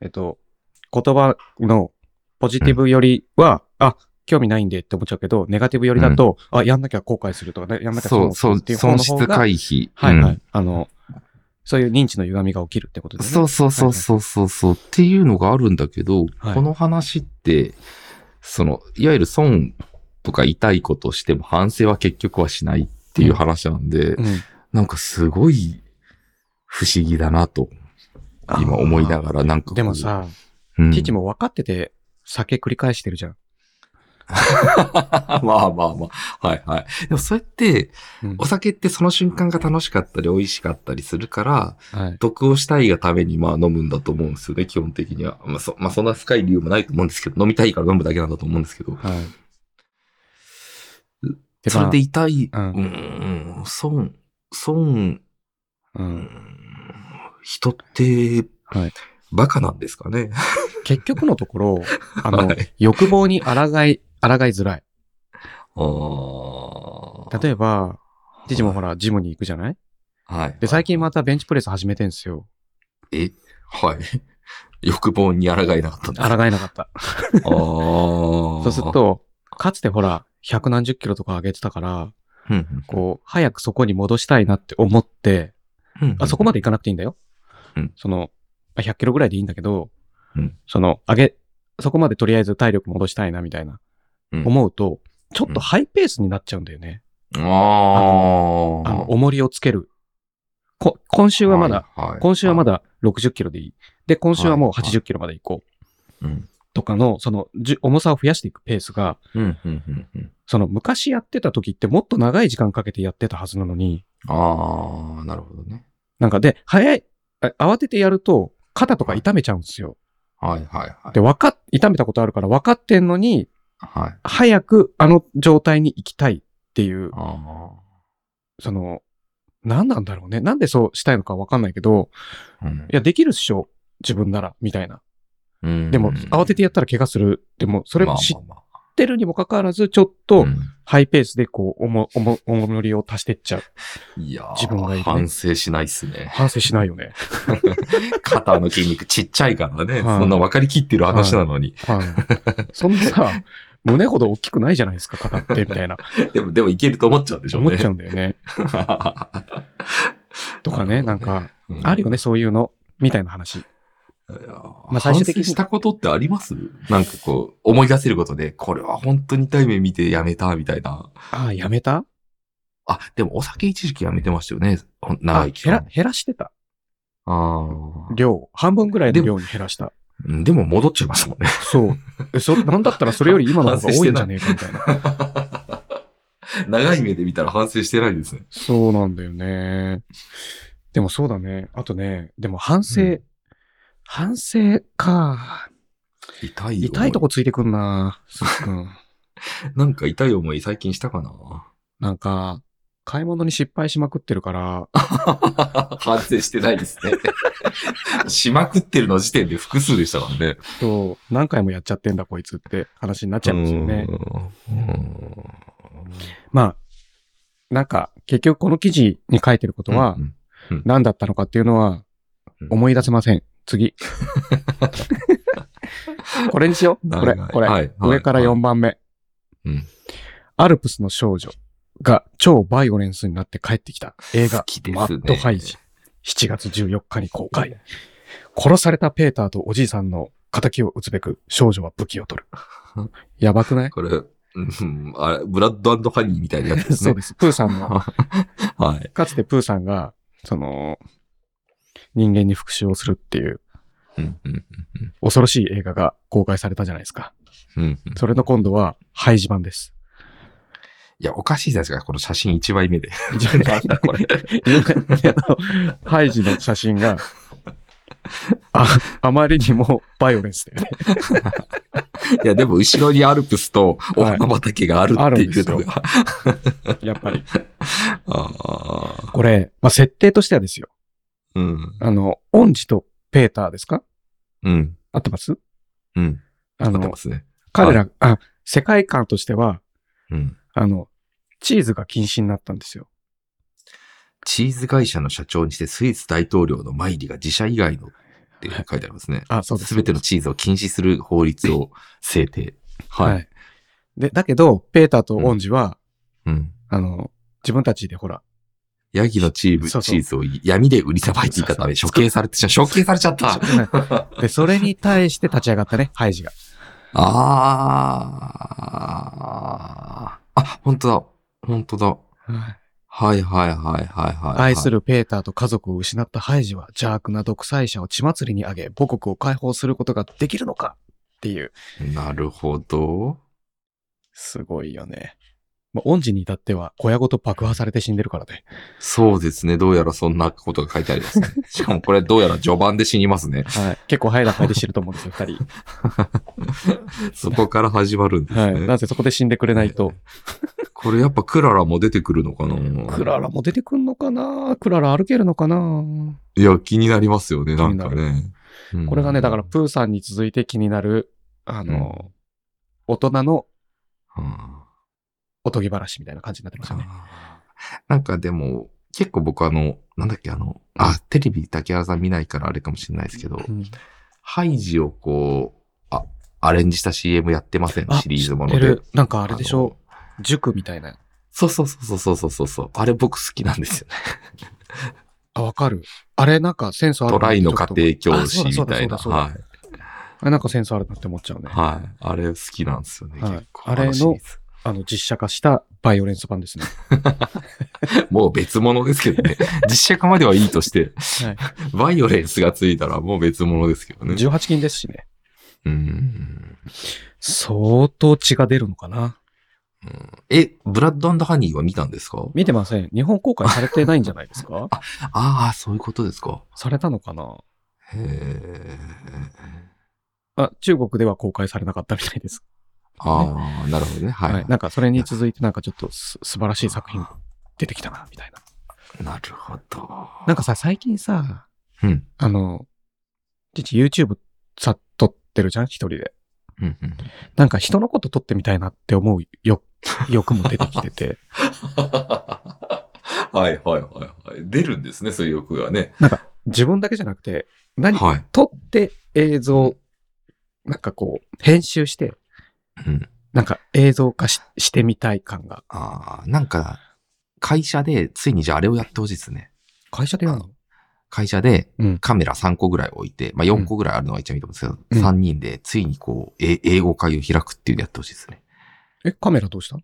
えっと、言葉のポジティブよりは、あ、興味ないんでって思っちゃうけど、ネガティブよりだと、あ、やんなきゃ後悔するとか、やんなきゃそう、損すそるうってい、う方損の方失が、回避。はいはうんい。あの、そういう認知の歪みが起きるってことですね。そうそうそうそうそうそう。っていうのがあるんだけど、はいこの話って、その、いわゆる損とか痛いことをしても反省は結局はしないっていう話なんで、うん。なんかすごい不思議だなと、今思いながら、なんかこうでも、さ、うん父も分かってて、酒繰り返してるじゃん。 [LAUGHS] まあまあまあ、はいはい。でもそれって、うんお酒ってその瞬間が楽しかったり美味しかったりするから、はい。得をしたいがためにまあ飲むんだと思うんですよね、基本的には。まあそ,、まあ、そんな深い理由もないと思うんですけど、飲みたいから飲むだけなんだと思うんですけど。はい。それで痛い、ううんん、ん、損、損、う。うんん、人って、はいバカなんですかね。結局のとこ [LAUGHS] ろ、あの、は欲望に抗い、抗いづらい。ああ。例えば、父もほら。ら、ジムに行くじゃないはい。で、最近はまたベンチプレス始めてんすよ。えはい。 [LAUGHS] 欲望に抗えなかったんです。抗えなかった。あーそうする、と、かつてほら、百何十キロとか上げてたから、うんうんこう、早くそこに戻したいなって思って、うんあそこまでいかなくていいんだよ。うんその、まあ100キロぐらいでいいんだけど、うんその、上げ、そこまでとりあえず体力戻したいなみたいな、うん思うと、ちょっとハイペースになっちゃうんだよね。あああの、重りをつける。こ、今週はまだ、、いい今週はま、だ60キロでいい。で、今週はもうはいはい80キロまで行こう。うん。とかの、その、じゅ重さを増やしていくペースが、うん、うん、うんうん。その昔やってた時ってもっと長い時間かけてやってたはずなのに、ああ、なるほどね。なんかで、早い、あ慌ててやると肩とか痛めちゃうんですよ。はい、はい、はいで、。わかっ、痛めたことあるから分かってんのに、はい。早くあの状態に行きたいっていう、あその、何なんだろうね。なんでそうしたいのか分かんないけど、あ。うんいや、できるっしょ。自分なら、みたいな。うんでも、慌ててやったら怪我する。でも、それまあを知っまあまあてるにもかかわらず、ちょっとうんハイペースでこう、重、重、重りを足してっちゃう。いやー自分がいるね反省しないっすね。反省しないよね。肩の筋肉ちっちゃいからね。はいそんな分かりきってる話なのに。 [LAUGHS] はい。そんなさ、胸ほど大きくないじゃないですか、肩って、みたいな。でも、でもいけると思っちゃうんでしょう思っね。ちゃうんだよね。とかね、なんか、 [LAUGHS] うんあるよね、そういうの。みたいな話。いやまあ最反終省的にしたことってありますなんかこう、思い出せることで、これは本当に痛い目見てやめた、みたいな。ああ、やめたあ、でもお酒一時期やめてましたよね。ほんあ長い期減ら間。、減らしてた。ああ。量を。半分ぐらいの量に減らした。うんでも戻っちゃいましたもんね。 [LAUGHS] そう。え [LAUGHS] そ、なんだったらそれより今の方が多いんじゃねえか、みたいな。長い目で見たら反省してないですね。 [LAUGHS] そうなんだよね。でもそうだね。あとね、でも反省、うん反省か。痛い思痛いとこついてくんな、鈴木く [LAUGHS] ん。なんか痛い思い最近したかな [LAUGHS] なんか、買い物に失敗しまくってるから、反省してないですね。 [LAUGHS] しまくってるの時点で複数でしたからね。今日何回もやっちゃってんだこいつって話になっちゃうんですよね。うんうんまあ、なんか、結局この記事に書いてることはうん、何だったのかっていうのはうん思い出せません。 [LAUGHS] 次。これにしよう。これ、これ。はい上から。はい4番目。うんアルプスの少女が超バイオレンスになって帰ってきた映好画、きですねマッドハイジ。7月14日に公開。殺されたペーターとおじいさんの仇を撃つべく少女は武器を取る。やばくないこれ、うん、あれ、ブラッドハニーみたいなやつ [LAUGHS] ですそうねで。す。プーさんの、はい。かつてプーさんが、その、人間に復讐をするっていううんうん恐ろしい映画が公開されたじゃないですか。うんうんそれの今度は、ハイジ版です。いや、おかしいじゃないですか、この写真1枚目で。なんだこれ。ハイジの写真が、あ、あまりにもバイオレンスで、ね。いや、でも後ろにアルプスとお花畑 [LAUGHS] があるはいあっるてんでいすうのよが。やっぱり。ああ。これ、まあ、設定としてはですよ。うん。あの、恩師とペーターですかうん。合ってますうん。あ合ってのま、すね。彼ら、あ、世界観としては、うん。あの、チーズが禁止になったんですよ。チーズ会社の社長にしてスイス大統領のマイリが自社以外のって書いてありますね。あ、そうですす。べてのチーズを禁止する法律を制定。はい。はい。で、だけど、ペーターと恩師は、うん。あの、自分たちでほら、ヤギのチーズそうそうチーズを闇で売りさばいていたためそ処うそう刑されてしまう。処刑されちゃった。で、それに対して立ち上がったね、ハイジが。あー。あ、本当だ。本当だ。はいはいはいはいはい、はい。愛するペーターと家族を失ったハイジは邪悪な独裁者を血祭りにあげ母国を解放することができるのかっていう。なるほど。すごいよね。まあ、恩師に至っては小屋ごと爆破されて死んでるからね。そうですね。どうやらそんなことが書いてあ [LAUGHS] りますね。しかもこれどうやら序盤で死にますね。はい。結構早い段階で死ぬと思うん [LAUGHS] ですよ、二人。そこから始まるんですはい。ね。なぜそこで死んでくれないと。 [LAUGHS] これやっぱクララも出てくるのかなクララも出てくんのかなクララ歩けるのかないや、気になりますよね、なんか気にね。うんこれがね、だから、プーさんに続いて気になる、あの、大人のうんおとぎ話みたいな感じになってましたね。なんかでも、結構僕あの、なんだっけ、あの、あ、テレビ竹原さん見ないからあれかもしれないですけど、うんハイジをこう、あ、アレンジした CM やってませんあシリーズもの知ってでる。なんかあれでしょ塾みたいな。そうそうそうそうそうそうそう。あれ僕好きなんで [LAUGHS] すよね。あ、わかる。あれなんかセンスあるトなライの家庭教師ちょみっとあたそういだな。そうだそうだそうだはい。あれなんかセンスあるなって思っちゃうね。はい。あれ好きなんですよね。はい結構あれのシリーズあの、実写化したバイオレンス版ですね。もう別物ですけど [LAUGHS] ね。実写化まではいいとして、はい。 [LAUGHS] バイオレンスがついたらもう別物ですけどね。 18禁ですしね。うん。相当血が出るのかな。え、ブラッドハニーは見たんですか見てません。日本公開されてないんじゃないですか [LAUGHS] ああ、そういうことですか。されたのかなへえ。あ、中国では公開されなかったみたいです。ああ、なるほどね。はい。なんかそれに続いてなんかちょっとす素晴らしい作品出てきたな、みたいな。なるほど。なんかさ、最近さ、うん。あの、父 YouTube さ、撮ってるじゃん一人で。うんうん。なんか人のこと撮ってみたいなって思うよ、欲も出てきてて。 [LAUGHS] はいはいはいはい。出るんですね、そういう欲がね。自分だけじゃなくて、何、はい。撮って映像、なんかこう、編集して、うん、なんか映像化ししてみたい感が。ああ、なんか、会社で、ついにじゃああれをやってほしいですね。会社でやるの会社でうんカメラ3個ぐらい置いて、まあ4個ぐらいあるのが一番いいと思うんですけど、うん3人でついにこう、え英語会を開くっていうのやってほしいですね。え、カメラどうしたの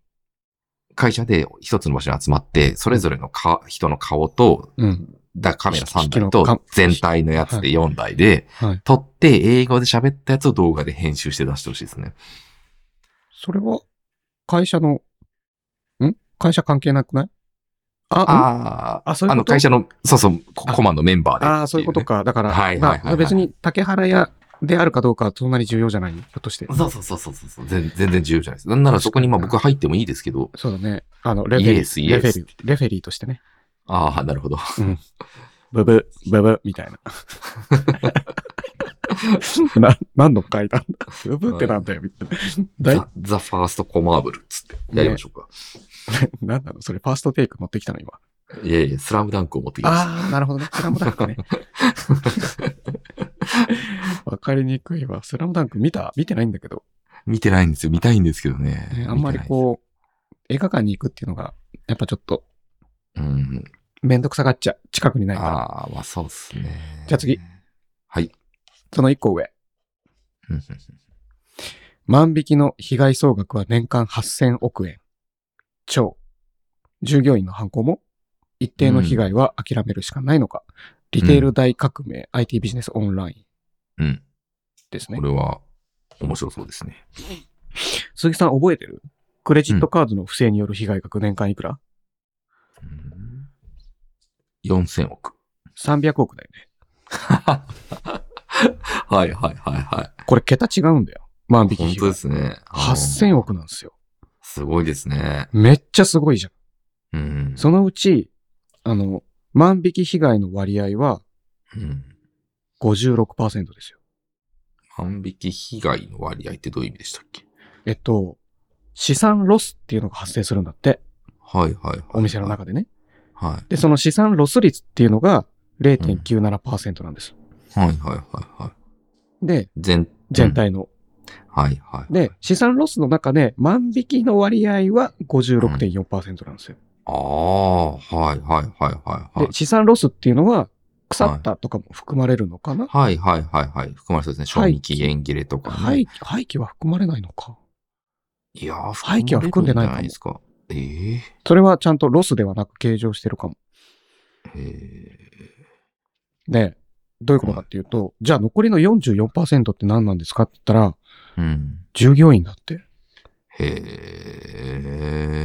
会社で一つの場所に集まって、それぞれのか人の顔と、うん。だカメラ3機器台のかと全体のやつで4台ではい、撮って英語で喋ったやつを動画で編集して出してほしいですね。それは、会社の、ん会社関係なくないあ、あああ、あそういうことの会社の、そうそう、ココマのメンバーでってあー、そういうことね。か。だから、はいはいはいはいまあ別に竹原屋であるかどうかはそんなに重要じゃないひょっとして。そうそうそうそうそう。全全然重要じゃないです。なんならそこにまあ僕入ってもいいですけど、そうだね。あの、レフェリー。イエスイレエスフェリー。レフェリーとしてね。ああ、なるほど。ブブ、ブブ、みたいな。 [LAUGHS] な、何の回だブブってなんだよ、みたいな。だいザ・ザ・ファースト・コマーブルっつってやりましょうか。なんなのそれ、ファーストテイク持ってきたの、今。いやいや、スラムダンクを持ってきました。ああ、なるほどね。スラムダンクね。わかりにくいわ。スラムダンク見た見てないんだけど、見てないんですよ。見たいんですけどね。ねあんまりこう、映画館に行くっていうのが、やっぱちょっと、う。うん。めんどくさがっちゃ、近くにないから。ああ、まあそうっすね。じゃあ次。はい。その一個上。うんうん万引きの被害総額は年間8000億円。超。従業員の犯行も、一定の被害は諦めるしかないのか。リテール大革命、IT ビジネスオンラインうん。ですねこ。れは面白そうですね。鈴木さん覚えてるクレジットカードの不正による被害額年間いくら、うん4000億。 300億だよね。はいはいはいはい。これ桁違うんだよ。万引き本費当で用。すね。 8000億なんですよ。すごいですね。めっちゃすごいじゃん。うん。そのうち、あの、万引き被害の割合はうん56%ですよ。万引き被害の割合ってどういう意味でしたっけえっと、資産ロスっていうのが発生するんだって。はいはいはい。お店の。中でね。はい。で、その資産ロス率っていうのが0.97%なんです。はいはいはいはい。で、全、全体の。はいはい。で、資産ロスの中で万引きの割合は56.4%なんですよ。ああ、はいはいはいはいはいで、。資産ロスっていうのは、腐ったとかも含まれるのかな、はいはいはいはい。含まれそうですね。賞味期限切れとかね。廃棄、廃棄は含まれないのか。いやー、廃棄は含んでないかもじゃないですか。えー、それはちゃんとロスではなく計上してるかも。えで、どういうことかっていうと、じゃあ残りの44%って何なんですかって言ったら、ー、うん。従業員だって。へ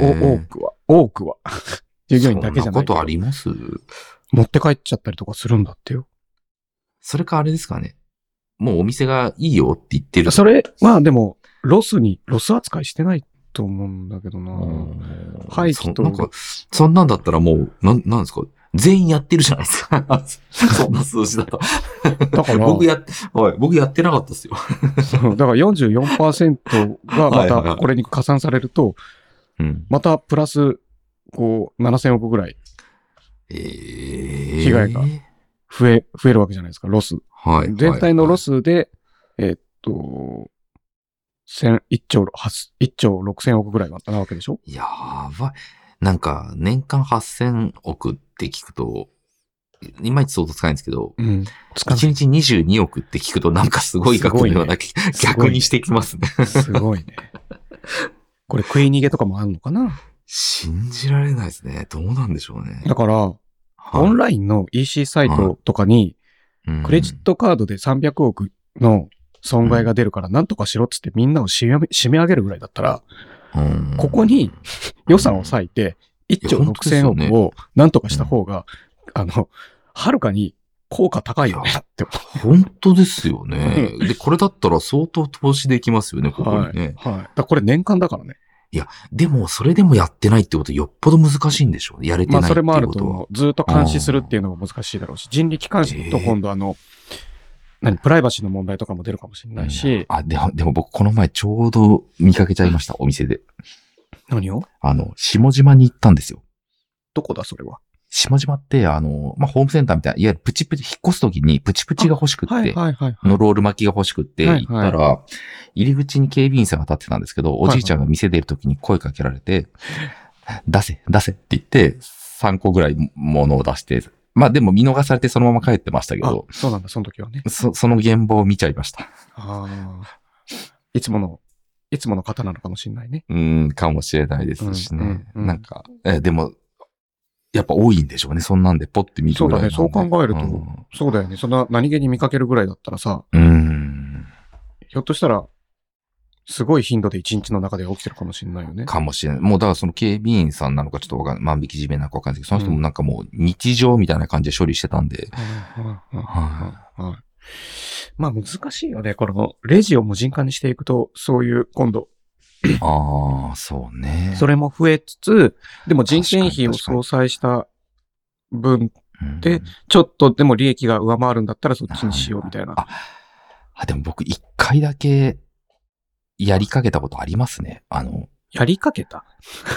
えお、多くは。多くは。 [LAUGHS] 従業員だけじゃそんなないことあります持って帰っちゃったりとかするんだってよ。それかあれですかね。もうお店がいいよって言ってる。それはでも、ロスに、ロス扱いしてないと思うんだけどうな。ん廃棄とそなんか、そんなんだったらもう、なん、なんですか全員やってるじゃないですか。 [LAUGHS] そんな数字 [LAUGHS] だと。だから、僕や、はい、僕やってなかったですよ。そうだから44%がま [LAUGHS] はいはいはたいこれに加算されると、うん。またプラス、こう、7000億ぐらいえー、被害が増え、増えるわけじゃないですか、ロス。はい。全体のロス。スで、えーっと、千、一兆、八、一兆六千億ぐらいなわけでしょやばい。なんか、年間8000億って聞くと、いまいち想像つかないんですけど、うん。つか1日22億って聞くとなんかすごい額のような、すごいね [LAUGHS] 逆にしてきますね。ない。すごいね。これ食い逃げとかもあるのかな信じられないですね。どうなんでしょうね。だから、オンラインの EC サイトとかに、イクレジットカードで300億の損害が出るから、なんとかしろっつってみんなを締め締め上げるぐらいだったら、うんここに、予算を割いて、1兆いや本当です6000よ億ねをなんとかした方が、あの、はるかに効果高いよねって本当ですよね。で、これだったら相当投資できますよね、ここにね。はい。だからこれ年間だからね。でも、それでもやってないってことはよっぽど難しいんでしょうね。やれてなまあいっそてれいうもあることとは。思う。ずっと監視するっていうのも難しいだろうし、人力監視とええ今度あの、何、プライバシーの問題とかも出るかもしれないし、あ、でも、でも僕この前ちょうど見かけちゃいました、お店で。何をあの、下島に行ったんですよ。どこだそれは。下島って、あの、まあ、ホームセンターみたいな、いわゆるプチプチ、引っ越すときにプチプチが欲しくって、はいはいはいはい。のロール巻きが欲しくっては行っいたら、入り口に警備員さんが立ってたんですけど、おじいちゃんが店出るときに声かけられて、出せ、出せって言って、3個ぐらいものを出して、まあでも見逃されてそのまま帰ってましたけあど、、そうなんだ、その時はね。そその現場を見ちゃいました。ああ。いつもの、いつもの方なのかもしれないね。うん、かもしれないですしね。うんうんうんなんか、えでも、やっぱ多いんでしょうね。そんなんで、ポッて見るぐらいなんでそうだねそう考えるとうんそうだよね。そんな何気に見かけるぐらいだったらさ、うん。ひょっとしたら、すごい頻度で一日の中で起きてるかもしれないよね。かもしれない。もうだからその警備員さんなのかちょっとわかんない。万引き地面なのかわかんないですけど、その人もなんかもう日常みたいな感じで処理してたんで。はいははい。まあ難しいよね。このレジを無人化にしていくと、そういう今度、い。ああ、そうね。それも増えつつ、でも人件費を確かに相殺した分、うんで、ちょっとでも利益が上回るんだったらそっちにしようみたいな。あ、あでも僕一回だけやりかけたことありますね。あの、やりかけた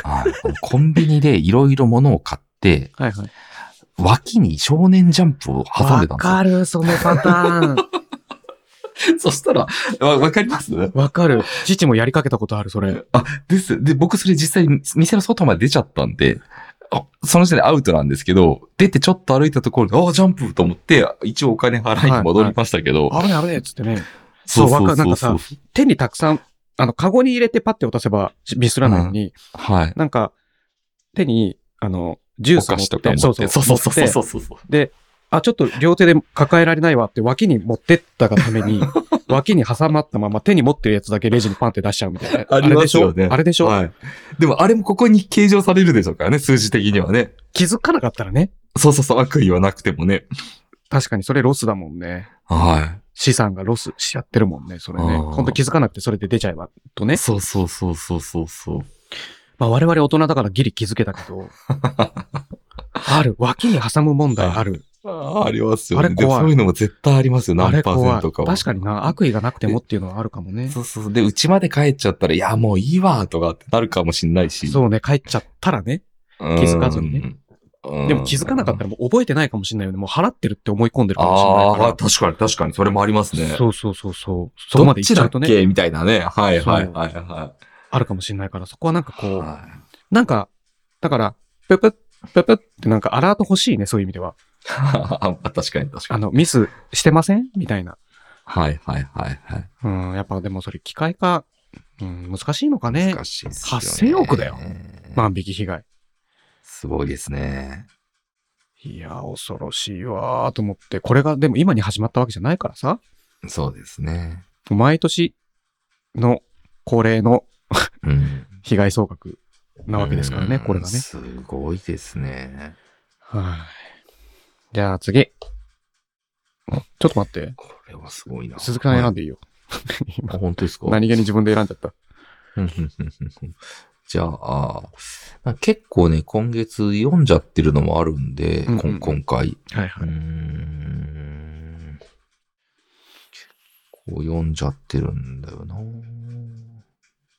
あのコンビニでいろいろ物を買って、はいはい。脇に少年ジャンプを挟んでたんですよ。る、そのパターン。 [LAUGHS] そしたら、わ、わかりますわかる。父もやりかけたことある、それ。あ、です。で、僕それ実際に店の外まで出ちゃったんで、あその時点でアウトなんですけど、出てちょっと歩いたところで、あジャンプと思って、一応お金払いに戻りましたけど、危ね危ねっつってね。そうそうそうわかるそうなんかそさう手にたくさん、あの、カゴに入れてパッて渡せばミスらないのに、はい。なんか、手に、あの、ジューおス持菓っ子てとかも。そうそうそうそうそうそ持ってうそうそう。あ、ちょっと両手で抱えられないわって脇に持ってったがため [LAUGHS] に、脇に挟まったまま手に持ってるやつだけレジにパンって出しちゃうみたいな。ありますよねあれでしょあれでしょ、はい。でも、あれもここに計上されるでしょうからね、数字的にはね。気づかなかったらね。そうそうそう、悪意はなくてもね。確かにそれロスだもんね。は資産がロスしちゃってるもんね、それね。あー本当気づかなくてそれで出ちゃえばとねい。。そうそうそうそうそうそう。まあ我々大人だからギリ気づけたけ [LAUGHS] ど。ある。脇に挟む問題ある。あありますよあね。れでも怖いそういうのも絶対ありますよ。あ何れパ怖ーセい。ントかは。確かにな、悪意がなくてもっていうのはあるかもね。そうそうそう。で、うちまで帰っちゃったら、いや、もういいわ、とかってなるかもしんないし。そうね、帰っちゃったらね。うん気づかずにね。うんでも気づかなかったらもう覚えてないかもしれないよね。もう払ってるって思い込んでるかもしれあないあ、か確かに確かに、それもありますら。ね。そうそうそうそう。そこまで行っちゃうとどっちだっね、けみたいなね。はいそうはいはいはあるかもしれないから、そこはなんかい。こう、はい [LAUGHS] なんか、だから、ぷぷぷぷってなんかアラート欲しいね、そういう意味では。あ確かに確かあに。の、ミスしてませんみたいな。はいはいはいはい。うん、やっぱでもそれ機械化、うん、難しいのかね。難しいっすよ8000ね億だよ。万引き被害。すごいですね。いや、恐ろしいわーと思って、これがでも今に始まったわけじゃないからさ、そうですね。毎年の恒例のうん。被害総額なわけですからね、うんこれがね。すごいですね。はい。じゃあ次。ちょっと待って。これはすごいな。鈴木さん選はんでいいよ。いあ本当ですか何気に自分で選んじゃった。うんうんうんうん [LAUGHS] じゃあ、まあ結構ね、今月読んじゃってるのもあるんで、うんうんこん今回。はいー。ん結構読んじゃってるんだよな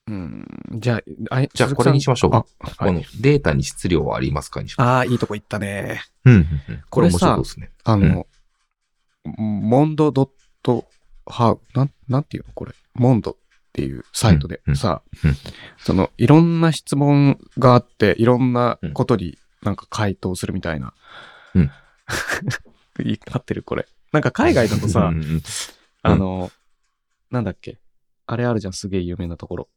うん。じゃあ、あじゃあこれにしましょうあ、はこい、のデータに質量はありますかにします。あーいいとこ行ったね。うんうんうんこれこ面れさ白そうですね。あの、モンドドットハウ、なん、なんていうのこれ。モンドっていうサイトでうんうんさ、うんその、いろんな質問があって、いろんなことになんか回答するみたいな。うん。 [LAUGHS] 言い合ってるこれ。なんか海外だとさう、んうんあの、なんだっけ。あれあるじゃん、すげえ有名なところ。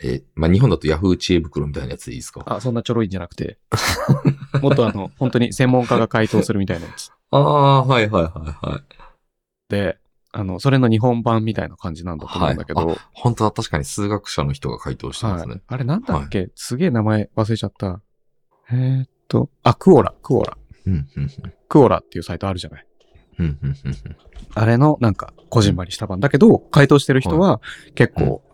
えーまあ日本だとヤフー知恵袋みたいなやつでいいですかあ、そんなちょろいんじゃなく [LAUGHS] て。もっとあの、本当に専門家が回答するみたいなやつ。ああ、はいはいはいはい。で、あの、それの日本版みたいな感じなんだと思うんだけど、は本当は確かに数学者の人が回答してますね。はい、あれなんだっけ、すげえ名前忘れちゃった。えー、っと、あ、クオラ、クオラ。うんうんクオラっていうサイトあるじゃない。うんうんうんうんあれのなんか、こじんまりした版。だけど、回答してる人は結構、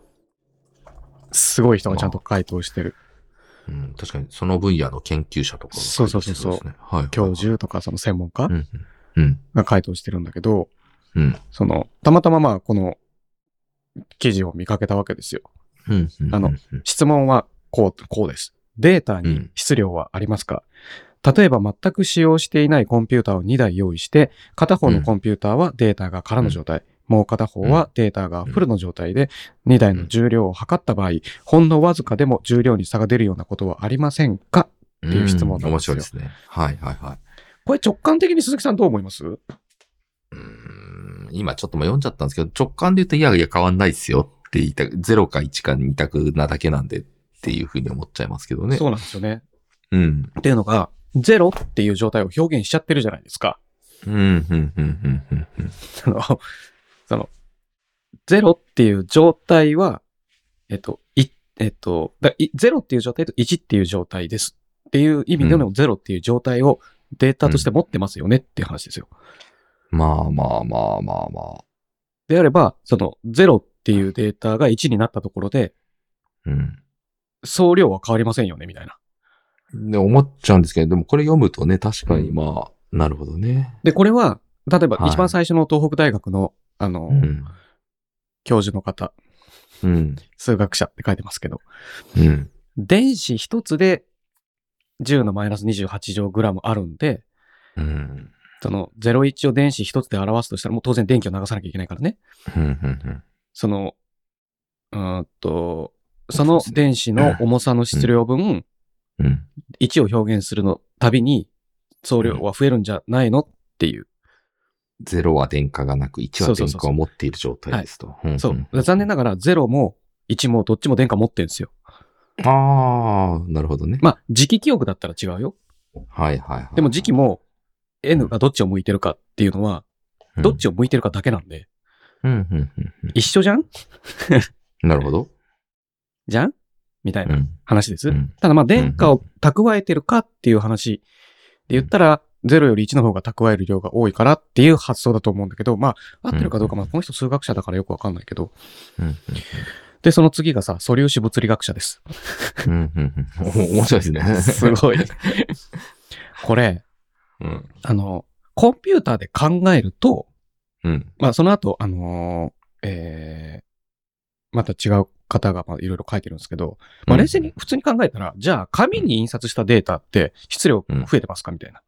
すごい人がちゃんと回答してる。うんうん確かにその分野の研究者とかがそうそうそうそう回答してますねはいはい。教授とかその専門家うんうんが回答してるんだけど、うんその、たまたままあ、この、記事を見かけたわけですよ。うんうんうんあの質問はこう、こうです。データうにん質量はありますか、例えば全く使用していないコンピューターを2台用意して、片方のコンピューターはデータが空の状態、もう片方はデータがフルの状態で、2台の重量を測った場合、ほんのわずかでも重量に差が出るようなことはありませんかっていう質問なんですよ面白いですね。はいはいはい。これ直感的に鈴木さんどう思いますうーん今ちょっともう読んじゃったんですけど、直感で言うと、いやいや変わんないですよって言いたく、0か1か2択なだけなんでっていうふうに思っちゃいますけどね。そうなんですよね。うん。っていうのが、ゼロっていう状態を表現しちゃってるじゃないですか。うん、うん、うん、うん、うんうん。その、 [LAUGHS] その、ゼロっていう状態は、えっと、い、えっと、だいゼロっていう状態と1っていう状態ですっていう意味でのゼロっていう状態をデータとして持ってますよねっていう話ですよ。まあまあまあまあまあ。であれば、その、ゼロっていうデータが1になったところで、うん。総量は変わりませんよねみたいな。で、思っちゃうんですけど、でもこれ読むとね、確かにまあ、なるほどね。で、これは、例えばはい一番最初の東北大学の、あの、うん。教授の方、うん。数学者って書いてますけど、うん。電子一つで10のマイナス28乗グラムあるんで、うん。その01を電子一つで表すとしたら、もう当然電気を流さなきゃいけないからね。うん。うん。その、うーんと、そのそうですね電子の重さの質量分、うん。 1を表現するのたびに、総量は増えるんじゃないのっていう。 0は電荷がなく、1そはうそう電そう荷を持っている状態ですと。んそう。残念ながら、0も1もどっちも電荷持ってるんですよ。ああ、なるほどね。まあ、磁気記憶だったら違うよ。はいはいはい。でも磁気も N がどっちを向いてるかっていうのは、うんどっちを向いてるかだけなんで、うん、うん、うんう一緒じゃんん。なるほど。。じゃんみたいうなん話です。うんただまあ、電荷を蓄えてるかっていう話で言ったら、0より1の方が蓄える量が多いからっていう発想だと思うんだけど、まあ、合ってるかどうか、うんまあ、この人数学者だからよくわかんないけど。うんうんで、その次がさ、素粒子物理学者です。うんうんうんお面白いですね。すごい。これ、うん。あの、コンピューターで考えると、うん。まあ、その後、あのーえー、また違う方が、まあ、いろいろ書いてるんですけど、まあ、冷静に、普通に考えたら、じゃあ、紙に印刷したデータって質量増えてますかみたいな。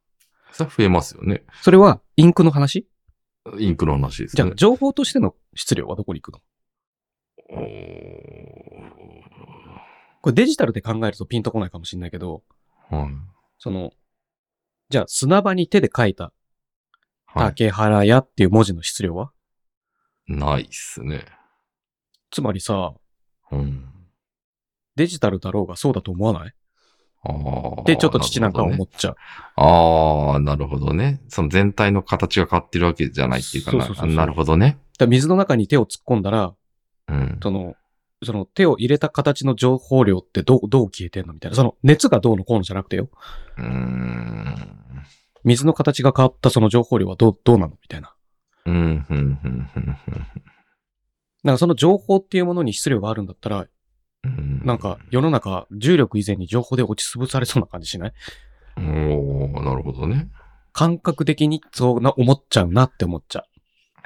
さ増えますよね。それは、インクの話インクの話ですじゃねあ、。情報としての質量はどこに行くのおーこれデジタルで考えるとピンとこないかもしれないけど、はい。その、じゃあ砂場に手で書いたはい。竹原屋っていう文字の質量は、ないっすね。つまりさ、うん。デジタルだろうがそうだと思わないあーで、ちょっと父なんかは思るっちゃう。ほどねあー、なるほどね。その全体の形が変わってるわけじゃないっていうかそうそうそうそうな。なるほどね。だから水の中に手を突っ込んだら、うん。その、その手を入れた形の情報量ってどう、どう消えてんのみたいな。その熱がどうのこうのじゃなくてよ。うーん。水の形が変わったその情報量はどう、どうなのみたいな。うん、うん、うん、うんだからその情報っていうものに質量があるんだったら、うん。なんか、世の中、重力以前に情報で落ち潰されそうな感じしないおー、なるほどね。感覚的にそうな、思っちゃうなって思っちゃう。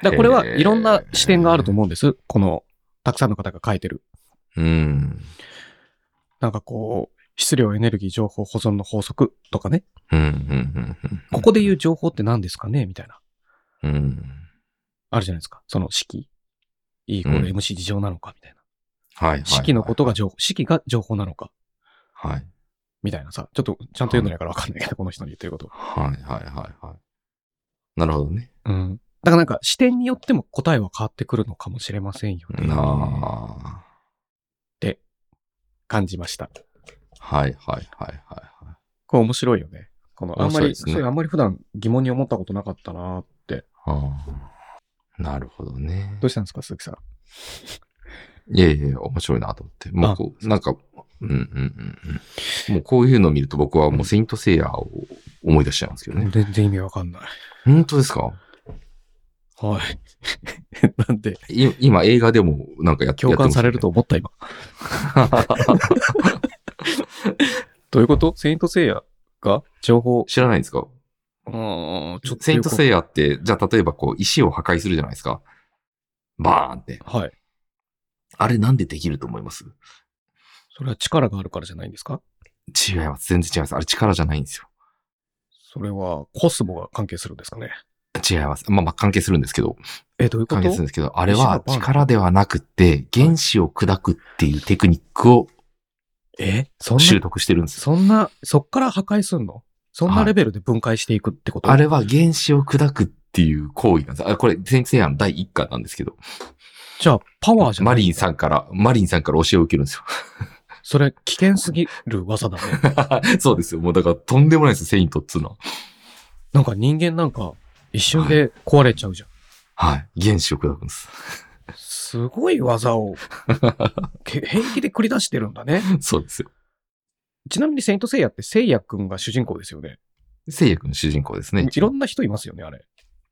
だからこれはいろんな視点があると思うんです。この、たくさんの方が書いてる。うん。なんかこう、質量、エネルギー、情報、保存の法則とかね。うん、うん、うん。ここで言う情報って何ですかねみたいな。うん。うん。あるじゃないですか。その式。E イコール MC 事情なのかみたいな。はいはい、はい。式のことが情報、式が情報なのかはい。みたいなさ。ちょっとちゃんと読んでないからわかんないけど、この人の言ってること。はい、はい、はい、はい。なるほどね。うん。だからなんか視点によっても答えは変わってくるのかもしれませんよね。なあ。感じました。はい、はい、はい、はい。これ面白いよね。この、あんまり、面白いですねそういうあんまり普段疑問に思ったことなかったなって。ああ。なるほどねど。うしたんですか、鈴木さん。いやいやいや、面白いなと思って。もうこう、なんか、うんうんうんうん。もうこういうのを見ると僕はもうセイントセイヤーを思い出しちゃうんですけどね。全然意味わかんない。本当ですかはい。 [LAUGHS] なんで、い今映画でもなんかやって共感されると。思った [LAUGHS] 今。やってますよねどういうことセイントセイヤが情報。知らないんですかうーん、ちょっとセイントセイイヤーって、じゃあ例えばこう石を破壊するじゃないですか。バーンって。ヤ。はい。あれなんでできると思いますそれは力があるからじゃないんですか違います。全然違います。あれ力じゃないんですよ。それはコスモが関係するんですかね。違います。まあまあ関係するんですけど、え、どういうこ関係するとんですけど、あれは力ではなくて、原子を砕くっていうテクニックをえそん習な、得してるんですよ。そんな、そっから破壊すんのそんなレベルで分解していくってこと、あれは原子を砕くっていう行為なんです。あこれ、先生の第一課なんですけど、じゃあ、パワーじゃなマいリンさんから、マリンさんから教えを受けるんですよ。それ、危険すぎる技だ [LAUGHS] ね。そうですよ。もうだからとんでもないですよ、セイントっつうのは。なんか人間なんか、一瞬で壊れちゃうじゃん。はい。原子を砕くんです。すごい技 [LAUGHS] を、け平気で繰り出してるんだね。そうですよ。ちなみに、セイントセイヤって、セイヤくんが主人公ですよね。聖夜君の主人公ですね。いろんな人いますよね、あれ。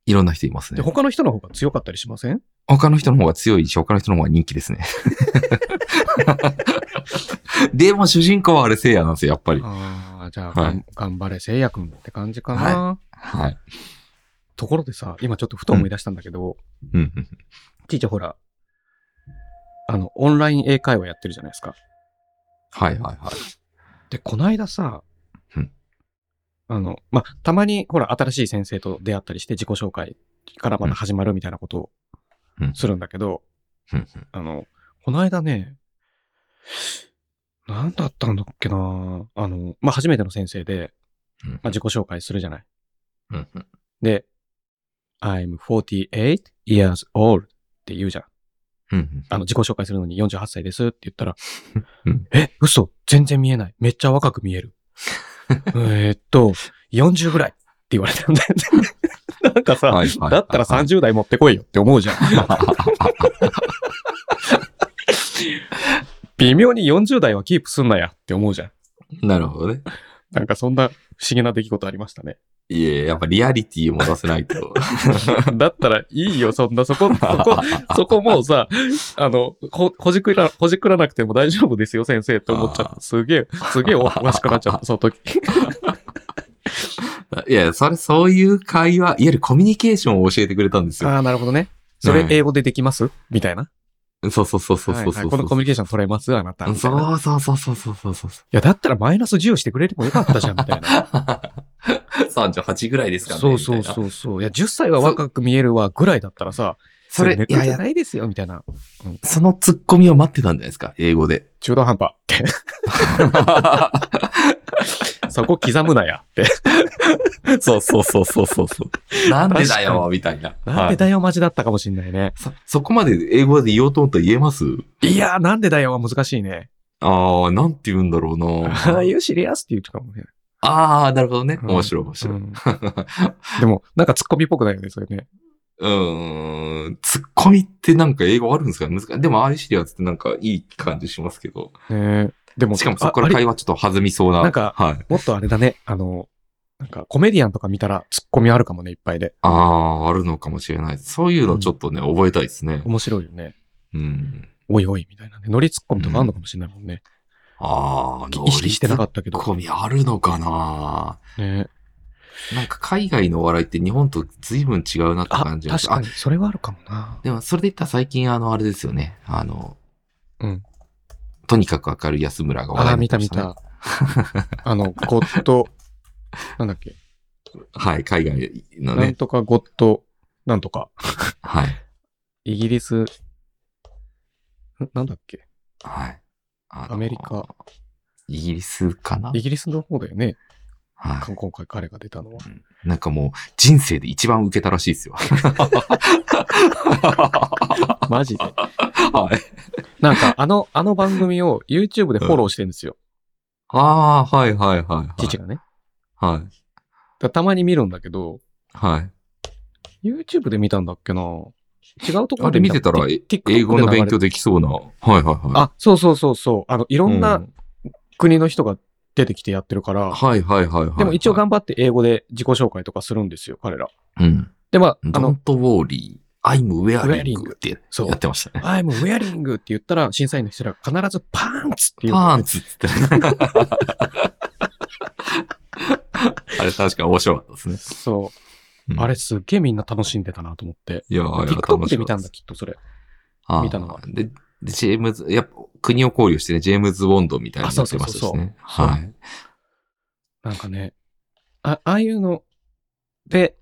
いろんな人いますで、ね。他の人の方が強かったりしません他の人の方が強いし、他の人の方が人気で [LAUGHS] すね。でも主人公はあれ聖夜なんですよ、やっぱり。ああ、じゃあ、はい頑張れ、セイヤくんって感じかな。はい。ところでさ、今ちょっとふと思い出したんだけど、うんうん。ちいちゃんほら、あの、オンライン英会話やってるじゃないですか。はいはいはい。で、こないださ、うんあの、まあ、たまに、ほら、新しい先生と出会ったりして、自己紹介からまた始まるみたいなことをうんするんだけど、うんあの、こないだね、なんだったんだっけなあの、まあ、初めての先生で、うんまあ、自己紹介するじゃない。うんうん。で、I'm 48 years old って言うじゃん。うんうんあの、自己紹介するのに48歳ですって言ったらうん、え、嘘全然見えない。めっちゃ若く見え [LAUGHS] る。えーっと、40ぐらいって言われたんだよ [LAUGHS] ね。なんかさ、はいはいはいはいだったら30代持ってこいよって思うじ [LAUGHS] ゃん。微妙に40代はキープすんなやって思うじゃん。なるほどね。なんかそんな不思議な出来事ありましたね。いやいややっぱリアリティを持たせないと。 [LAUGHS] だったらいいよ、そんな、そこ、そ [LAUGHS] こ、そこもうさ、あの、ほ、ほじくら、ほじくらなくても大丈夫ですよ、先生って思っちゃっあた。すげえ、す [LAUGHS] げえおおかしくなっちゃった、その時。いや、それ、そういう会話、いわゆるコミュニケーションを教えてくれたんですよ。ああ、なるほどね。それうん英語でできますみたいな。そうそうそうそうはそいうはそいうそう。このコミュニケーション取れますあなた。みたいな。いそうそうそうそうそうそうそう。や、だったらマイナス10してくれてもよかったじゃん、みたいな。 38ぐらいですかね。そうそうみたいな。そうそう。いや、10歳は若く見えるわ、ぐらいだったらさ、それ、いいやいやいじゃや、ないですよ、みたいな。そのツッコミを待ってたんじゃないですか、英 [LAUGHS] 語で。中途半端って。 [LAUGHS] そこ刻むな [LAUGHS] やって。そうそうそうそうそうそう。なんでだ確かよ、みたいな。なんでだよ、マジだったかもしんないね。そ、そこまで英語で言おうと思ったら言えますいやー、なんでだよは難しいね。ああ、なんて言うんだ [LAUGHS] ろうああな。いうシリアスって言うかもね。ああ、なるほどね。うん面白い面白い。 [LAUGHS] でも、なんかツッコミっぽくないよね、それね。うーん、ツッコミってなんか英語あるんですかね難しい。でも、アイシリアスってなんかいい感じしますけど。ねえでも、しかもそこかあらあれ会話ちょっと弾みそうな。なんかはい。もっとあれだね、あの、なんかコメディアンとか見たらツッコミあるかもね、いっぱいで。ああ、あるのかもしれない。そういうのちょっとね、覚えたいですね。面白いよね。うん。おいおい、みたいなね。ノリツッコミとかあるのかもしれないもんね。ああ、き意識してなかっったけたど。コミあるのかなねえなんか海外のお笑いって日本と随分違うなってあ、感じが確かに、それはあるかもな。でも、それで言ったら最近、あの、あれですよね。あの、うんとにかく明るい安村が話あ題あ、にな見ってたま見したね [LAUGHS] た。あの、ゴッド、なんだっけ、はい、海外のなんね。とかゴッド、なんとか、はい。イギリス、んなんだっけ、はい。あのアメリカ。イギリスかなイギリスの方だよね。はい。今回彼が出たのは。なんかもう、人生で一番受けたらし [LAUGHS] いですよ。はマジで。い。なんか、あの、あの番組を YouTube でフォローしてるんですよ。ああー、はいはいはい、はい。父がね。だかはい。らたまに見るんだけど、はい。 YouTube で見たんだっけな違うところあでれ見てたら、え英語の勉強で。できそうな。はいはいはい。あ、そうそうそうそう。あの、いろうんな国の人が出てきてやってるから、はいはいはいはい。でも一応頑張って英語で自己紹介とかするんですよ、彼ら。うん。で、まあ、あの Don't、worry, I'm wearing Wearing ってそうやってましたね。 I'm wearing って言ったら、審査員の人ら必ずパンツって言うの。パンツっつ [LAUGHS] って。あれ確か面白かったですね。そうう。んあれすっげえみんな楽しんでたなと思って。いや、あれは楽しかった TikTok で見たんだ、きっとそれ。あー見たのはで、でジェームズ、やっぱ国を考慮してね、ジェームズ・ウォンドみたいになってましたしね。そうそうそうそうはい。なんかね、あ、ああいうので、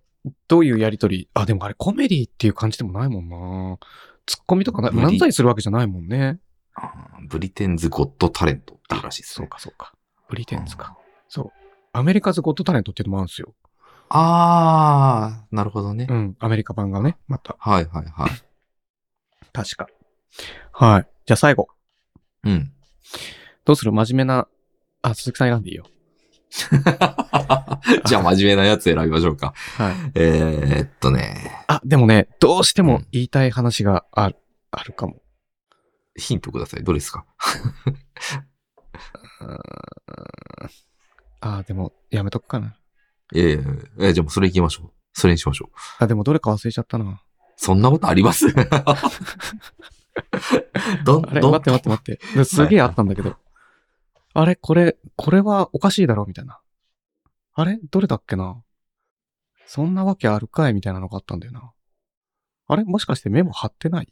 どういうやりとり、あ、でもあれコメディっていう感じでもないもんなツッコミとかな、無理漫才するわけじゃないもんね。あーブリテンズ・ゴッド・タレントっていうらしいですそうね。か、そうか。ブリテンズか。そう。アメリカズ・ゴット・タレントっていうのもあるんですよ。あー、なるほどね。うん。アメリカ版がね、また。はいはいはい。確か。はい。じゃあ最後。うん。 [LAUGHS] どうする真面目な、あ、鈴木さん選んでいいよ。じゃあ真面目なやつ選びましょうか。はい。えーっとね、あ、でもね、どうしてうもん言いたい話がある、あるかも。ヒントください。どれですかあ、でも、やめとくかな。えええーじゃあもうそれ行きましょう。それにしましょう。あ、でもどれか忘れちゃったな。そんなことあります [LAUGHS] どん、あれどん待って待って待って。ですげえあったんだけど。あれこれ、これはおかしいだろみたいな。あれどれだっけなそんなわけあるかいみたいなのがあったんだよな。あれもしかしてメモ貼ってない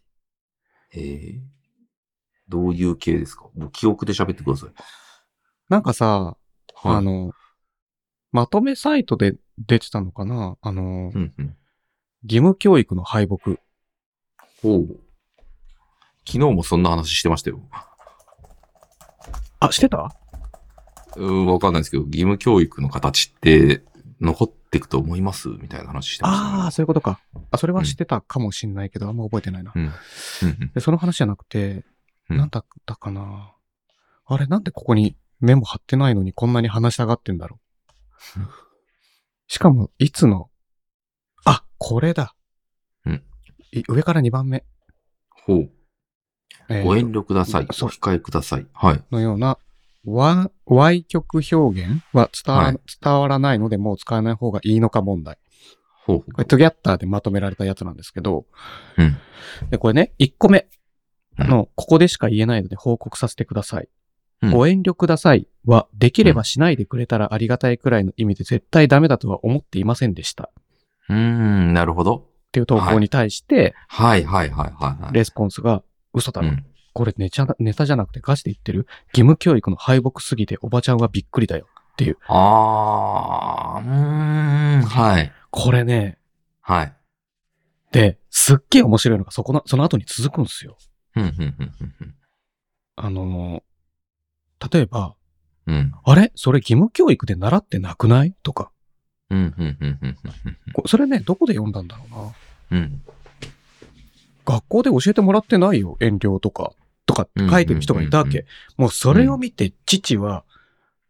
えーどういう系ですかもう記憶で喋ってください。なんかさ、はいあの、まとめサイトで出てたのかなあの、うんうん。義務教育の敗北。ほう。昨日もそんな話してましたよ。あ、してたうん、わかんないですけど、義務教育の形って残っていくと思いますみたいな話してました、ああ、そういうことか。あ、それはしてたかもしんないけど、あんま覚えてないな。うんうんで、その話じゃなくて、うんなんだったかな。あれ、なんでここにメモ貼ってないのにこんなに話したがってんだろう [LAUGHS] うん。しかも、いつの、あ、これだ。うんい上から2番目。ほう。えーご遠慮ください。おそう控えください。はい。のような、わ、歪曲表現は伝わ,、はい伝わらないので、もう使わない方がいいのか問題。ほうほこれ、トゥギャッターでまとめられたやつなんですけど、う。うん。で、これね、1個目の、ここでしか言えないので報告させてください。うんご遠慮くださいは、できればしないでくれたらありがたいくらいの意味で絶対ダメだとは思っていませんでした。っうーん、なるほど。ていう投稿に対して、はいはいはいはい、はい。レスポンスが、嘘だろ。うんこれネタネタじゃなくてガチで言ってる。義務教育の敗北すぎておばちゃんはびっくりだよ。あー、うーん、はい。これね、はい。で、すっげえ面白いのがそこの、その後に続くんですよ。うん、うん、うんうん、あのー例えば、うん。うん、あれそれ義務教育で習ってなくないとか。うん、うん、うん、うんこそれね、どこで読んだんだろうな。うん。うん学校で教えてもらってないよ、遠慮とか、とかって書いてる人がいたわうんうんうんけ。もうそれを見て、父は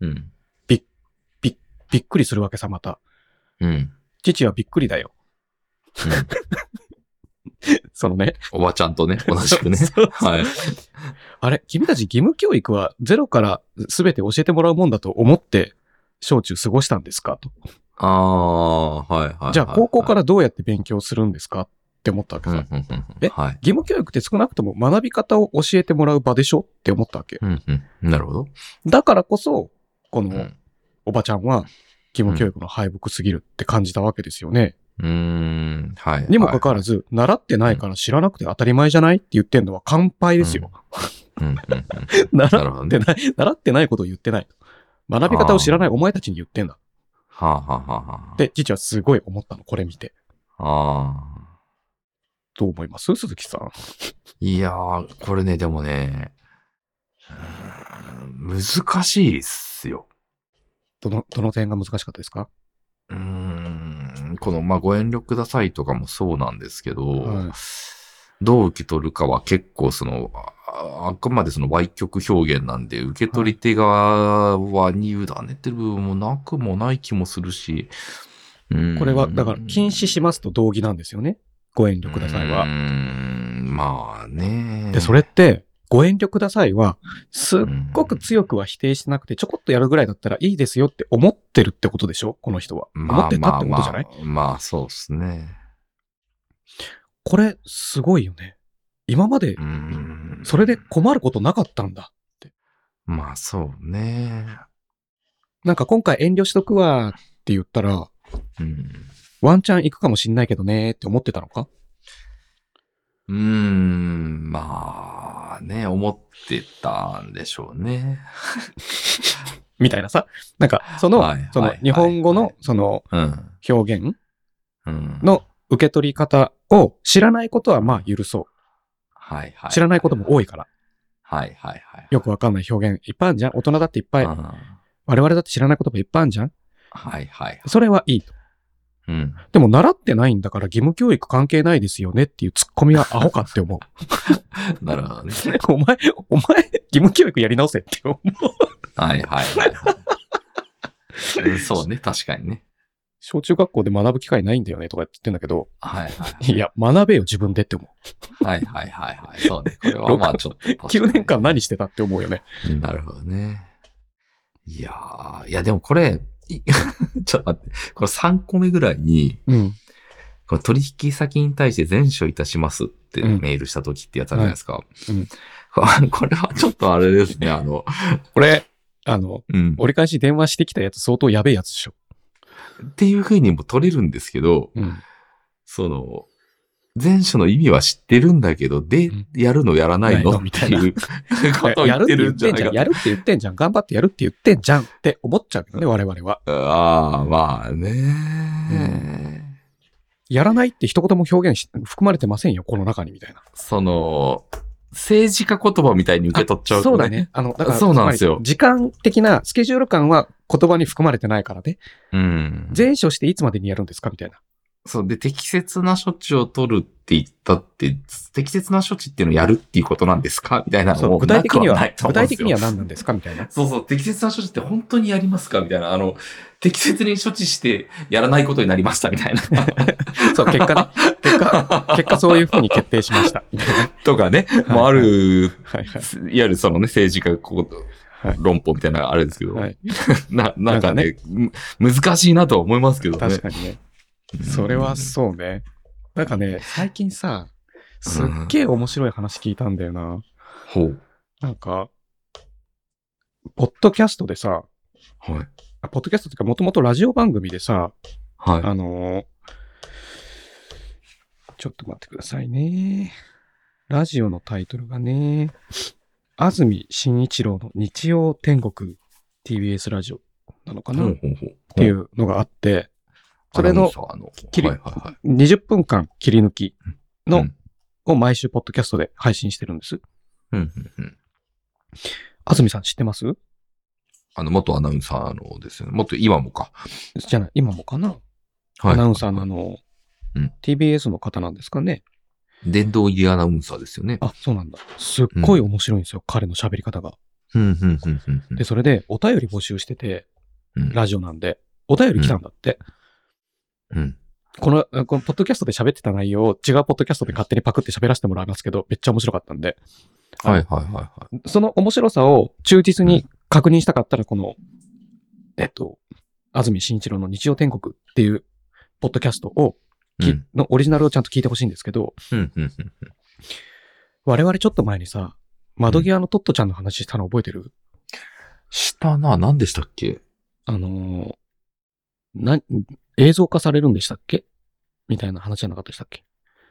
うん、びっくりするわけさ、また。うん。父はびっくりだよ。 [LAUGHS] そのね。。おばちゃんとね、同じくね [LAUGHS] そうはい。あれ、君たち義務教育はゼロから全て教えてもらうもんだと思って、小中過ごしたんですかと。あー、はい、はいはい。、じゃあ高校かららどうやって勉強するんですかって思ったわけうん、うさ。ん、うんうん。えはい。義務教育って少なくとも学び方を教えてもらう場でしょって思ったわけ。うん、うん。なるほど。だからこそ、こうのん。おばちゃんは義務教育の敗北すぎるって感じたわけですよね。うーん、はい。にもかかわららず、習ってないから知らなくて当たり前じゃないって言ってんのは乾杯ですよ。うんう [LAUGHS] んうんな習るほどって。ねない、習ってないことを言ってない。学び方を知らないお前たちに言ってんだはあはあはあはあ。って、父はすごい思ったの、これ見て。ああ。どう思います鈴木さん。いやー、これね、でもね、うーん難しいっすよ。どの、どの点が難しかったですかうーん、この、まあ、ご遠慮くださいとかもそうなんですけど、はいどう受け取るかは結構その、ああくまでその歪曲表現なんで、受け取り手側に委ねてる部分もなくもない気もするし、これは、だから、禁止しまますと同義なんですよね。ご遠慮すくださいうーは。ん、まあね。で、それって、ご遠慮くださいは、すっうんごく強くは否定してなくて、ちょこっとやるぐらいだったらいいですよって思ってるってことでしょこの人は。思ってたってことじゃない、まあ、まあ、そうですね。これ、すごいよね。今までう、んそれで困ることなかったんだ。まあそうね。なんか今回遠慮しとくわーって言ったら、うん。ワンチャン行くかもしんないけどねーって思ってたのかうーん、まあね、思ってたんでしょうね。みたいなさ。なんか、そのはい、そはのい日本語はのいそのうん。表現うん。の受け取り方を知らないことはまあ許そはいはう。い。知らないことも多いから。はいはいはい。よくわかんない表現いっぱいあるじゃん大人だっていっぱい。うん我はい々だって知らないこともいっぱいあるじゃんはいはい。それはいいと。うん。でも習ってないんだから義務教育関係ないですよねっていうツッコミはアホかって思う。なるほどね。 [LAUGHS] お前、お前、義務教育やり直せって思う。はいはいはい [LAUGHS] はい。うんそうね、確かにね。小中学校で学ぶ機会ないんだよねとか言ってんだけど、はいはい。いや、学べよ自分でって思はいはいはいはい。そうね。これはまあちょっと確う。かに9年間何してたって思うよね。なるほどね。いやー、いやでもこれ、い [LAUGHS] ちょっと待って、この3個目ぐらいに、うん。この取引先に対して善処いたしますってうんメールした時ってやつあるじゃないですか。うんこ [LAUGHS] これはちょっとあれですね、あの、これ、あの、うん。折り返し電話してきたやつ相当やべえやつでしょ。っていうふうにも取れるんですけど、うん。その、前書の意味は知ってるんだけど、でうん、やるのやらないなのいのっみてたいな [LAUGHS] いうことを言やるっって言てるんっじてゃんなじいゃかん。やるって言ってんじゃん。頑張ってやるって言ってんじゃんって思っちゃうけどね、我々は。ああ、まあねやらないって一言も表現し含まれてませんよ、この中にみたいな。その、政治家言葉みたいに受け取っちゃうと、ね。そうだ。ね。あの、だから、そうなんですつよまり時間的なスケジュール感は言葉に含まれてないからね。うん。前処していつまでにやるんですかみたいな。そうで、適切な処置を取るって言ったって、適切な処置っていうのをやるっていうことなんですかみたいなのそうも具体的になくはない、と具思うん体です的よには何なんですかみたいな。そうそう、適切な処置って本当にやりますかみたいな。あの、 [LAUGHS] 適切に処置してやらないことになりましたみたいな。 [LAUGHS] そう、結果 [LAUGHS] ね。結果、結果そういうふうに決定しました。みたい [LAUGHS] なとかね、はいもうある、はいはいわゆるそのね、政治家がこう、はい論法みたいなのがあるんですけど、い。はい。な、なんかなんね、む難しいなとは思いますけどね。確かにね。それはそうね。なんかね、最近さ、すっげえ面白い話聞いたんだよな。ほう。なんか、ポッドキャストでさ、はい。あポッドキャストっていうか、もともとラジオ番組でさ、はあのーちょっと待ってくださいね。ラジオのタイトルがね、安住紳一郎の日曜天国 TBS ラジオなのかい。な、ほっうほうほう。っていうのがあって、それアナウのンサーの切りはいはいはい。 20分間切り抜きの、うんを毎週ポッドキャストで配信してるんです。うんうんうん。安住さん知ってますあの、元アナウンサーのですよね。元今もか。じゃない、今もかな、はい。アナウンサーのあの、うん TBS の方なんですかね。電動入りアナウンサーですよね。あ、そうなんだ。すっごい面白いんですよ、彼の喋り方が。うんうんうんうんうんで、それでお便り募集してて、うん。ラジオなんで、お便り来たんだって。うん。この、このポッドキャストで喋ってた内容を違うポッドキャストで勝手にパクって喋らせてもらいますけど、めっちゃ面白かったんで、はいはいはいはその面白さを忠実に確認したかったら、この、えっと、安住紳一郎の日曜天国っていうポッドキャストを、い。きのオリジナルをちゃんと聞いてほしいんですけど、うんうんうん。我々ちょっと前にさ、窓際のトットちゃんの話したの覚えてる、したな、何でしたっけあのーな、映像化されるんでしたっけみたいな話じゃなかったでしたっけ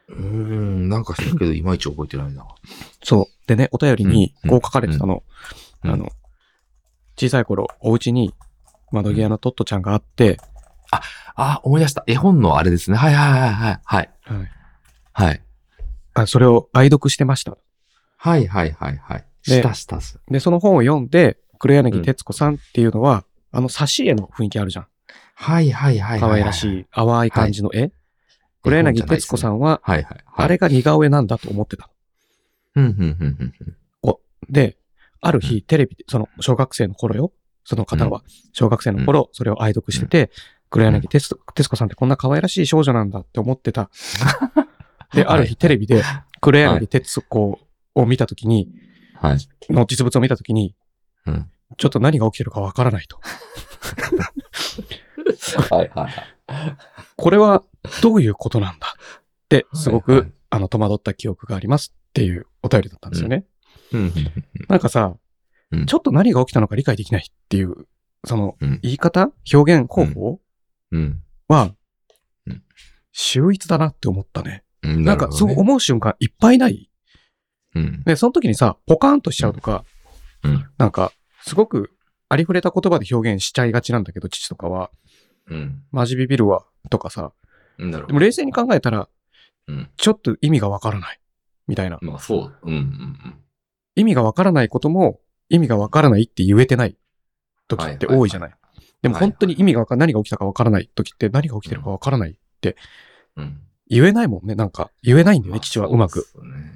うーん、なんかしたけど、いまいち覚えてないな。そう。でね、お便りにうんこう書かれてたの。うんあの、小さい頃、お家に窓際のトットちゃんがあって、あ、思い出した。絵本のあれですね。はいはいはいはい。はい。はい、はい。あそれを愛読してました。はいはいはいはい。でしたしたっす。で、その本を読んで、黒柳徹子さんっていうのは、あの、挿絵の雰囲気あるじゃん。はいはいはいはい。可愛らしい。い、淡い感じの絵。黒柳徹子さん。んは、はいはい。あれが似顔絵なんだと思ってた。うんうんうんで、ある日、テレビで、その、小学生の頃よ。その方は、小学生の頃、それを愛読してて、黒柳徹子徹子さんってこんな可愛らしい少女なんだって思って [LAUGHS] た。うん。で、ある日、テレビで、黒柳徹子を見たときに、はい。はい。の実物を見たときに、うんちょっと何が起きてるかわからないと。はいはいはい。これは、どういうことなんだって、すごく、はいはいあの、戸惑った記憶がありますっていうお便りだったんですよね。うんうんなんかさ、うんちょっと何が起きたのか理解できないっていう、そのうん、言い方、表現方法うん。はうん、秀逸だなって思ったね。うん。なんか、そうう。思う瞬間いっぱいない。うん。で、その時にさ、ポカーンとしちゃうとか、うん。なんか、すごくありふれた言葉で表現しちゃいがちなんだけど、父とかは、うん。マジビビるわ、とかさ。なるでほども。冷静に考えたら、うん。ちょっと意味がわからない。みたいな。まあそう。うんうんうん。意味がわからないことも、意味がわからないって言えてない時って多いじゃない。でもはいはい本当に意味がわか何が起きたかわからない時って何が起きてるかわからないってうん。言えないもんね。なんか言えないんだよまあね、基地はうまく。。。そうですね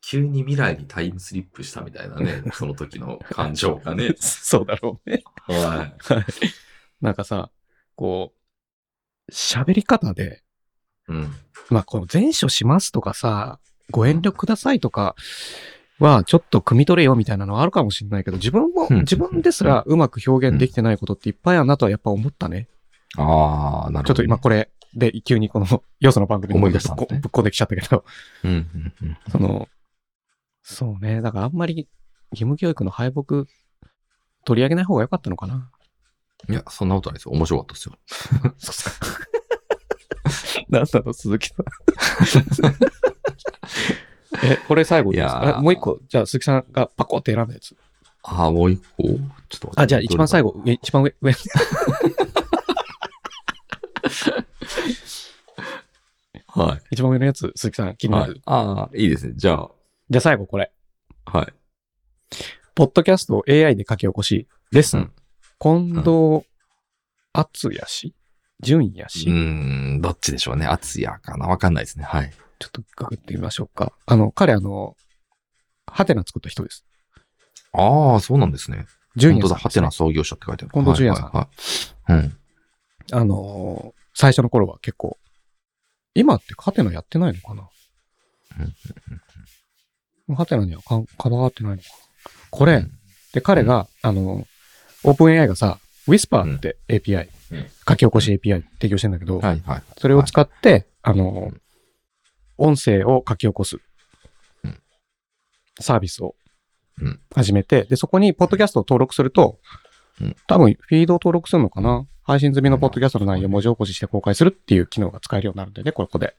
急に未来にタイムスリップしたみたいなね、その時の感情がねそう [LAUGHS] だろうね。はなんかさ、こう、喋り方で、い。うん。まあこの前処しますとかさ、ご遠慮くださいとかはちょっと汲み取れよみたいなのはあるかもしれないけど、自分も、うん自分ですらうまく表現できてないことっていっぱいあるなとはやっぱ思ったね。ああ、なるちょほど。っと今、これで急にこの [LAUGHS] よその番組に思い出したんぶっですこねぶっこんできちゃったけど、 [LAUGHS] うんうんうん。その、そうね、だからあんまり義務教育の敗北取り上げない方が良かったのか [LAUGHS] な。いや、そんなことないですよ。面白かったですよ。なんだろう、鈴木さん。 [LAUGHS] え、これ最後ですいやかーあもう一個、じゃあ鈴木さんがパコって選んだやつ。ああ、もう一個ちょっと待ってあ、じゃあ一番最。後、上一番上、上。は一番上のやつ、鈴木さん気い。になはる。い。ああ、いいですね。じゃあ、じゃあ最後これ。はい。ポッドキャストを AI で書き起こし、レッスン。近藤敦也氏淳也う氏、ーん、どっちでしょうね。熱やかな。わかんないですね。はい。ちょっとググってみましょうか。あの、彼あの、ハテナ作った人です。ああ、そうなんですね。淳本当也だ。さんハテナ創業者って書いてある。近藤淳也さんはいはいはい。あのー最初の頃は結構、今ってハテナやってないのかなうんうんもうハテナにはかかわってないのかなこうん。れ、で、彼が、あの、オープン AI がさ、Whisper って API、うん書き起こし API 提供してんだけど、はいはい。それを使って、あの、音声を書き起こすうんサービスをうん始めて、で、そこにポッドキャストを登録するとうん、多分フィードを登録するのかな配信済みのポッドキャストの内容を文字起こしして公開するっていう機能が使えるようになるんだよね、これここで。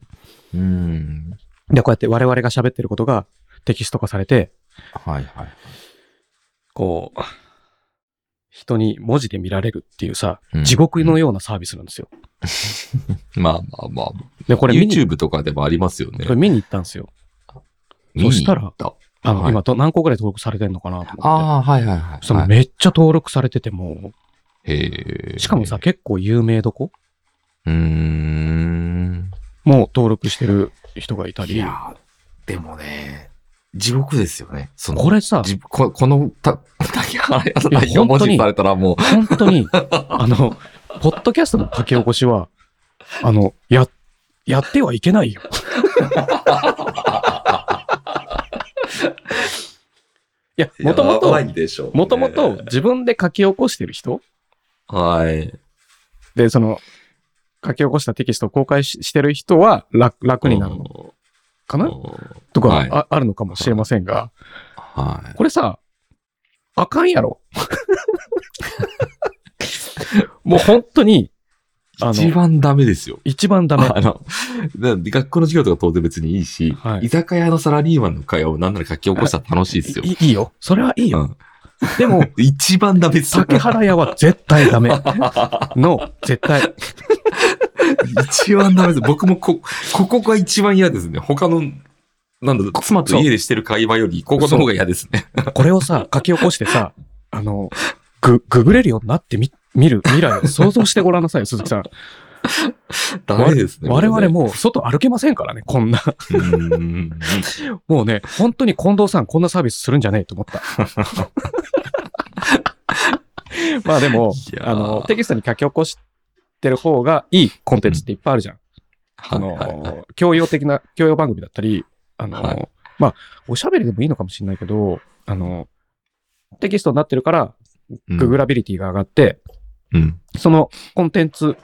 うーん。で、こうやって我々が喋ってることがテキスト化されて、はいはい。こう、人に文字で見られるっていうさ、うん地獄のようなサービスなんですよ。まあまあまあ。で、これ見に、 YouTube とかでもありますよねこれ。見に行ったんですよ。見に行そしたらったあの、はい今ど、何個ぐらい登録されてんのかなと思って。ああ、はいはいはい。そのはいめっちゃ登録されてても、へえ。しかもさ、、結構有名どこうーん。もう登録してる人がいたいり、やー、でもね、地獄ですよね。そのこれさ、じここのた、竹原屋さんいやが本文当に字されたらも本当 [LAUGHS] に、あの、ポッドキャストの書き起こしは、あの、や、やってはいけ [LAUGHS] ないよ。いや、う、もともやとば、いでしょうねもともと、自分で書き起こしてる人はい。で、その、書き起こしたテキストを公開ししてる人は楽楽になるののかなとか、はいああるのかもしれませんが、はい。これさ、あ [LAUGHS] かんやろ。もう本当に、あの一番ダメですよ。一番ダメ。 [LAUGHS] あの、だ学校の授業とか当然別にいいし、はい居酒屋のサラリーマンの会話を何なら書き起こしたら楽しいですよ。いいいよ。それはいいよ。うんでも、 [LAUGHS] 一番ダメですよ。竹原屋は絶対 [LAUGHS] ダメ。の、絶対。一番ダメです。僕もこ、ここが一番嫌ですね。他の、なんだろう、妻と家でしてる会話より、ここの方が嫌です [LAUGHS] ね。これをさ、書き起こしてさ、あの、ぐ、ググれるようになってみ、見る未来を想像してごらんな [LAUGHS] さいよ、鈴木さん。ダメですね。我々ももう外歩けませんからね、こんな。うね。もうね、本当に近藤さんこんなサービスするんじゃねえと思 [LAUGHS] った。まあでもい、やーあの、テキストに書き起こしてる方がいいコンテンツっていっぱいあるじゃん。あの、はいはいはい教養的な、教養番組だったり、あの、はいまあ、おしゃべりでもいいのかもしれないけど、あの、テキストになってるから、うんググラビリティが上がって、うん。そのコンテンツ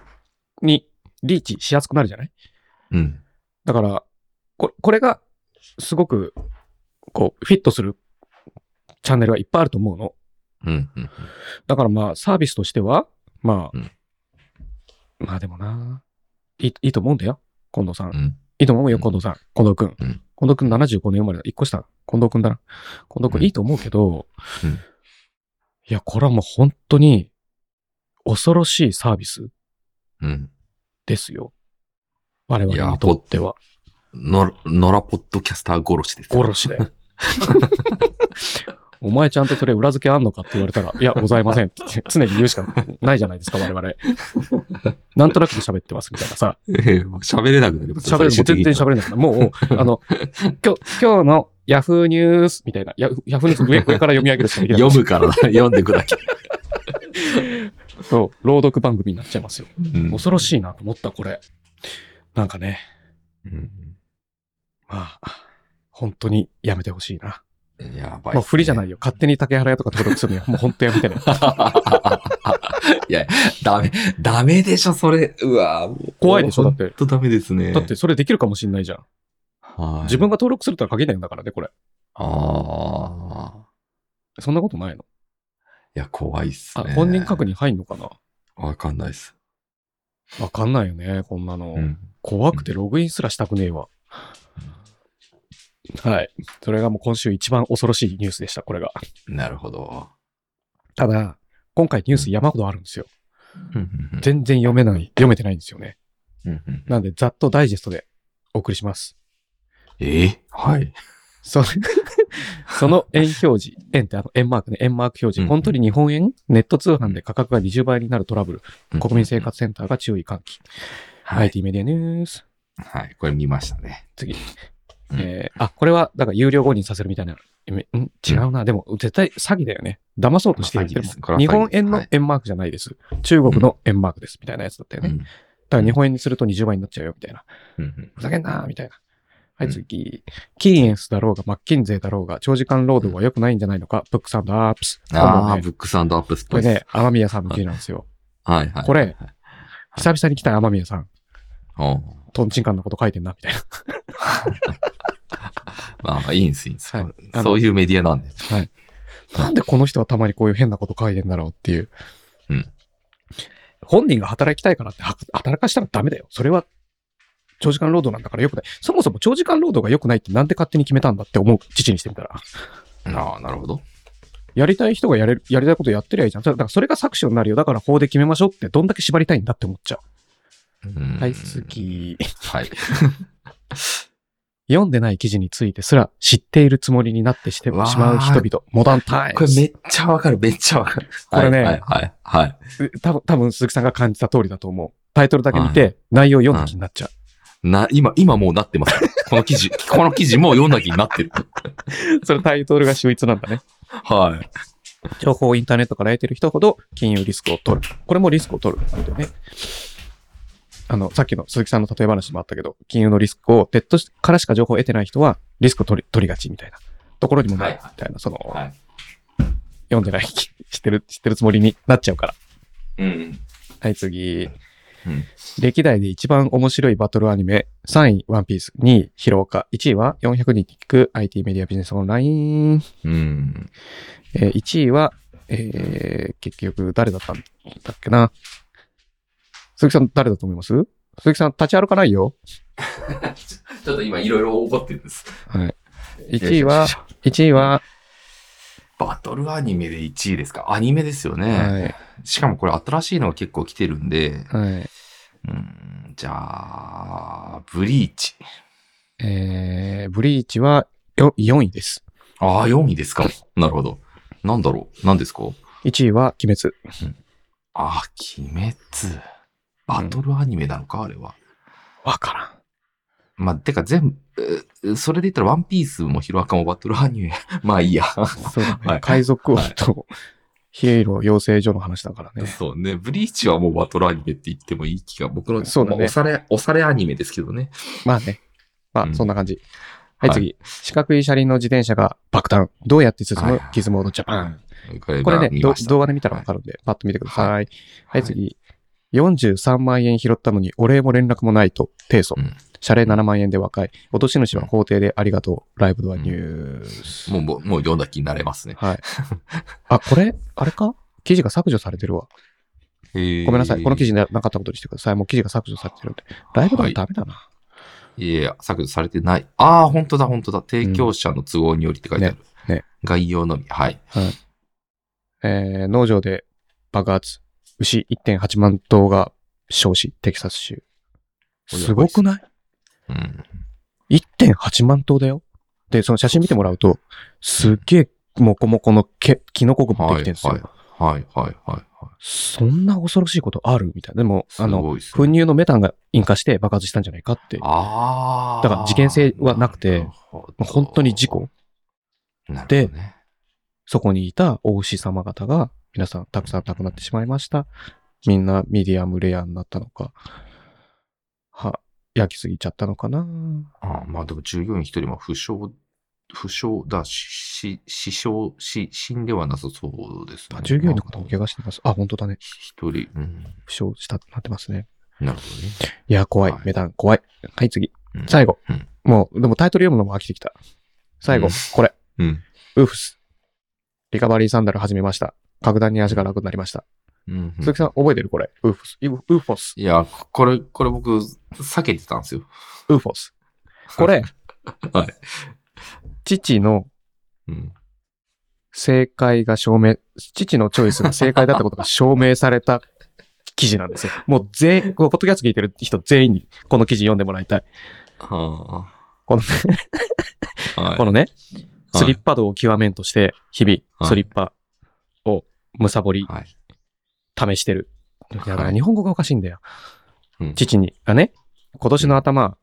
にリーチしやすくなるじゃないうん。だから、ここれが、すごく、こう、フィットするチャンネルがいっぱいあると思うの。うん。うんだからまあ、サービスとしては、まあ、うんまあでもな、いい、いいと思うんだよ、近藤さん。うん。いいと思うよ、うん近藤さん。近藤くん。うん近藤くん75年生まれだ。1個下。近藤くんだな。近藤くうんんいいと思うけど、うんいや、これはもう本当に恐ろしいサービスうん。ですよ。我いや々にとっては。の、野良ポッドキャスター殺しです。殺しだよ。 [LAUGHS] お前ちゃんとそれ裏付けあんのかって言われたら、いや、ございませんって常に言うしかないじゃないですか、我々。なんとなく喋ってますみたいなさ。ええもう [LAUGHS] 喋れなくなります喋れ、もう全然喋れないから。もう、あの、今日、今日のヤフーニュースみたいな、ヤフヤフーニュース上上から読み上げるしかできない。読 [LAUGHS] むからだ。読んでくだけ。そう、朗読番組になっちゃいますよ。うん恐ろしいなと思った、これ。なんかね、うんまあ、本当にやめてほしいな。やばい。。もう振りじゃないいよ。勝手に竹原屋とか登録するのよ。もう本当やめ [LAUGHS] てね。 [LAUGHS] いや、ダメ、ダメでしょ、それ。うわもう怖いでしょだってほんとダメですね。だって、それできるかもしんないじゃん。はい自分が登録するとは限らないんだからね、これ。ああ。そんなことないの。いや、怖いっすあね。、本人確認入んのかなわかんないっす。わかんないよね、こんなの。うん。怖くてログインすらしたくねえわ。はい。それがもう今週一番恐ろしいニュースでした、これが。なるほど。ただ、今回ニュース山ほどあるんですよ。うん全然読めない、読めてないんですよね。うんうんなんで、ざっとダイジェストでお送りします。ええはい。そ [LAUGHS] のその円表示、円ってあの円マークね、円マーク表うん示、本当に日本円、ネット通販で価格が20倍になるトラブル、国民生活センターが注意喚起、はい。 IT メディアニュース、はい。これ見ましたね。次、うんえーあ、これは、だから有料誤認させるみたいな、えん違うな、でも絶対詐欺だよね。騙そうとしてる詐欺ですでもこれは詐欺日本円はのい円マークじゃないです。中国の円マークです、みたいなやつだったよね。うんだから日本円にすると20倍になっちゃうよ、みたいな。うんふざけんなーみたいな。はうい、ん次。キーエンスだろうが、マッキンゼーだろうが、長時間労働は良くないんじゃないのか、ブックサンドアップス。あこあ、れねブックサンドアップスっこぽいれっすね、天宮さん向けなんですよ。はいはい。これ久々に来た天宮さん、おう。トンチンカンなこと書いてんな、みたいな。まあまあ、いいんす、いいんす。はいあのそういうメディアなんで。はい。なんでこの人はたまにこういう変なこと書いてんだろうっていう。うん本人が働きたいからって、は働かしたらダメだよ。それは、長時間労働なんだから良くない。そもそも長時間労働が良くないってなんで勝手に決めたんだって思う、父にしてみたら。ああ、なるほど。やりたい人がやれる、やりたいことやってりゃいいじゃん。それだからそれが作詞になるよ。だから法で決めましょうって、どんだけ縛りたいんだって思っちゃうんう。。次。はい。読んでない記事についてすら知っているつもりになってしてしわーまう人々。モダンタイこムれズめ。っちゃわかる、めっちゃわかる。これねはいはいはい。多分、多分鈴木さんが感じた通りだと思う。タイトルだけ見て、内容読んだ気になっちゃう。な、今、今もうなってます。 [LAUGHS] この記事、この記事もう読んだ気になってる。それタイトルが秀逸なんだね。はい。情報をインターネットから得ている人ほど金融リスクを取る。これもリスクを取るなんだよね。あの、さっきの鈴木さんの例え話もあったけど、金融のリスクをネットからしか情報を得てない人はリスクを取り取りがちみたいなところにもなるみたいな、その、はい。読んでない、 [LAUGHS] 知ってる、知ってるつもりになっちゃうから。うん。はい、次。うん歴代で一番面白いバトルアニメ、3位ワンピース、2位ヒロオカ、1位は400人に聞く IT メディアビジネスオンライン。うん。えー1位は、えー結局誰だったんだっけな。鈴木さん誰だと思います鈴木さん立ち歩かないよ。ちょっと今いろいろ覚ってるんです。はい。1位は、1位は、バトルアニメで1位ですかアニメですよね。はい。しかもこれ新しいのが結構来てるんで、はい。うん、じゃあ、ブリーチ。えー、ブリーチはよ4位です。ああ、4位ですか。なるほど。なんだろう何ですか1位は鬼滅。ああ、鬼滅。バトルアニメなのかあれは。わからまあ、てか全部、えーそれで言ったらワンピースもヒロアカもバトルアニメ。まあいいや。ん。そうだね。はい海賊王はいとヒエロ養成所の話だからね。そうね。ブリーチはもうバトルアニメって言ってもいい気が。僕の、そうだねまあ、おされ、おされアニメですけどね。まあね。まうあ、んそんな感じ。はい、はい次。四角い車輪の自転車が爆弾。どうやって進むギズモードジャパン。これこれがね、見どました動画で見たらわかるんで、パッと見てください。ははい、次。43万円拾ったのにお礼も連絡もないと提訴。うん謝礼7万円で和解。落とし主は法廷でありがとう。ライブドアニュース。もう、もう、もう読んだ気になれますね。はい。あ、これ、あれか記事が削除されてるわ。ごごめんなさい。この記事。事ななかったことにしてください。もう記事が削除されてるんで。ライブドアダメだな。いやいや、削除されてない。ああ、本当だ、本当だ。提供者の都合によりって書いてある。ねね概要のみ。はい。えー農場で爆発。牛1.8万頭が焼死。テキサス州。これすごくないうん。 1.8万頭だよ。で、その写真見てもらうと、すっげえもこもこのけキノコ雲できてるんですよ、はい、はい、はい、はい。そんな恐ろしいことあるみたいな。でも、すあの、ごいです粉ね。乳のメタンが引火して爆発したんじゃないかって。ああ。だから事件性はなくてるほど、本当に事故。なるほどでね。そこにいたお牛様方が、皆さんたくさん亡くなってしまいました。みんなミディアムレアになったのか、は、焼きすぎちゃったのかなああまあでも従業員一人も負傷、負傷だ、し、死傷、し、死んではなさそうですねあ。従業員の方も怪が。我してます。あ、本当だね。一人、うん。負傷したってなってますね。なるほどね。いや、怖いはい。メタン怖い。はい、次。うん最後うん。もう、でもタイトル読むのも飽きてきた。最後うん、これ。うん。ウーフス。リカバリーサンダル始めました。格段に足が楽になりました。うん。鈴木さん、覚えてるこれ。ウーフス。ウウーフォス。いや、ここれ、これ僕、避けてたんですよ。ウーフォス。これ、 [LAUGHS] はい。父のうん。正解が証明、父のチョイスが正解だったことが証明された記事なんですよ。 [LAUGHS] もう全員、このポッドキャスト聞いてる人全員にこの記事読んでもらいたい。はこの、あ。はい。このね、はいスリッパ道を極めんとして、日は々、いスリッパをむさぼり、はい。試してる。いや、だかはらい日本語がおかしいんだよ。うん父に、がね、今年の頭、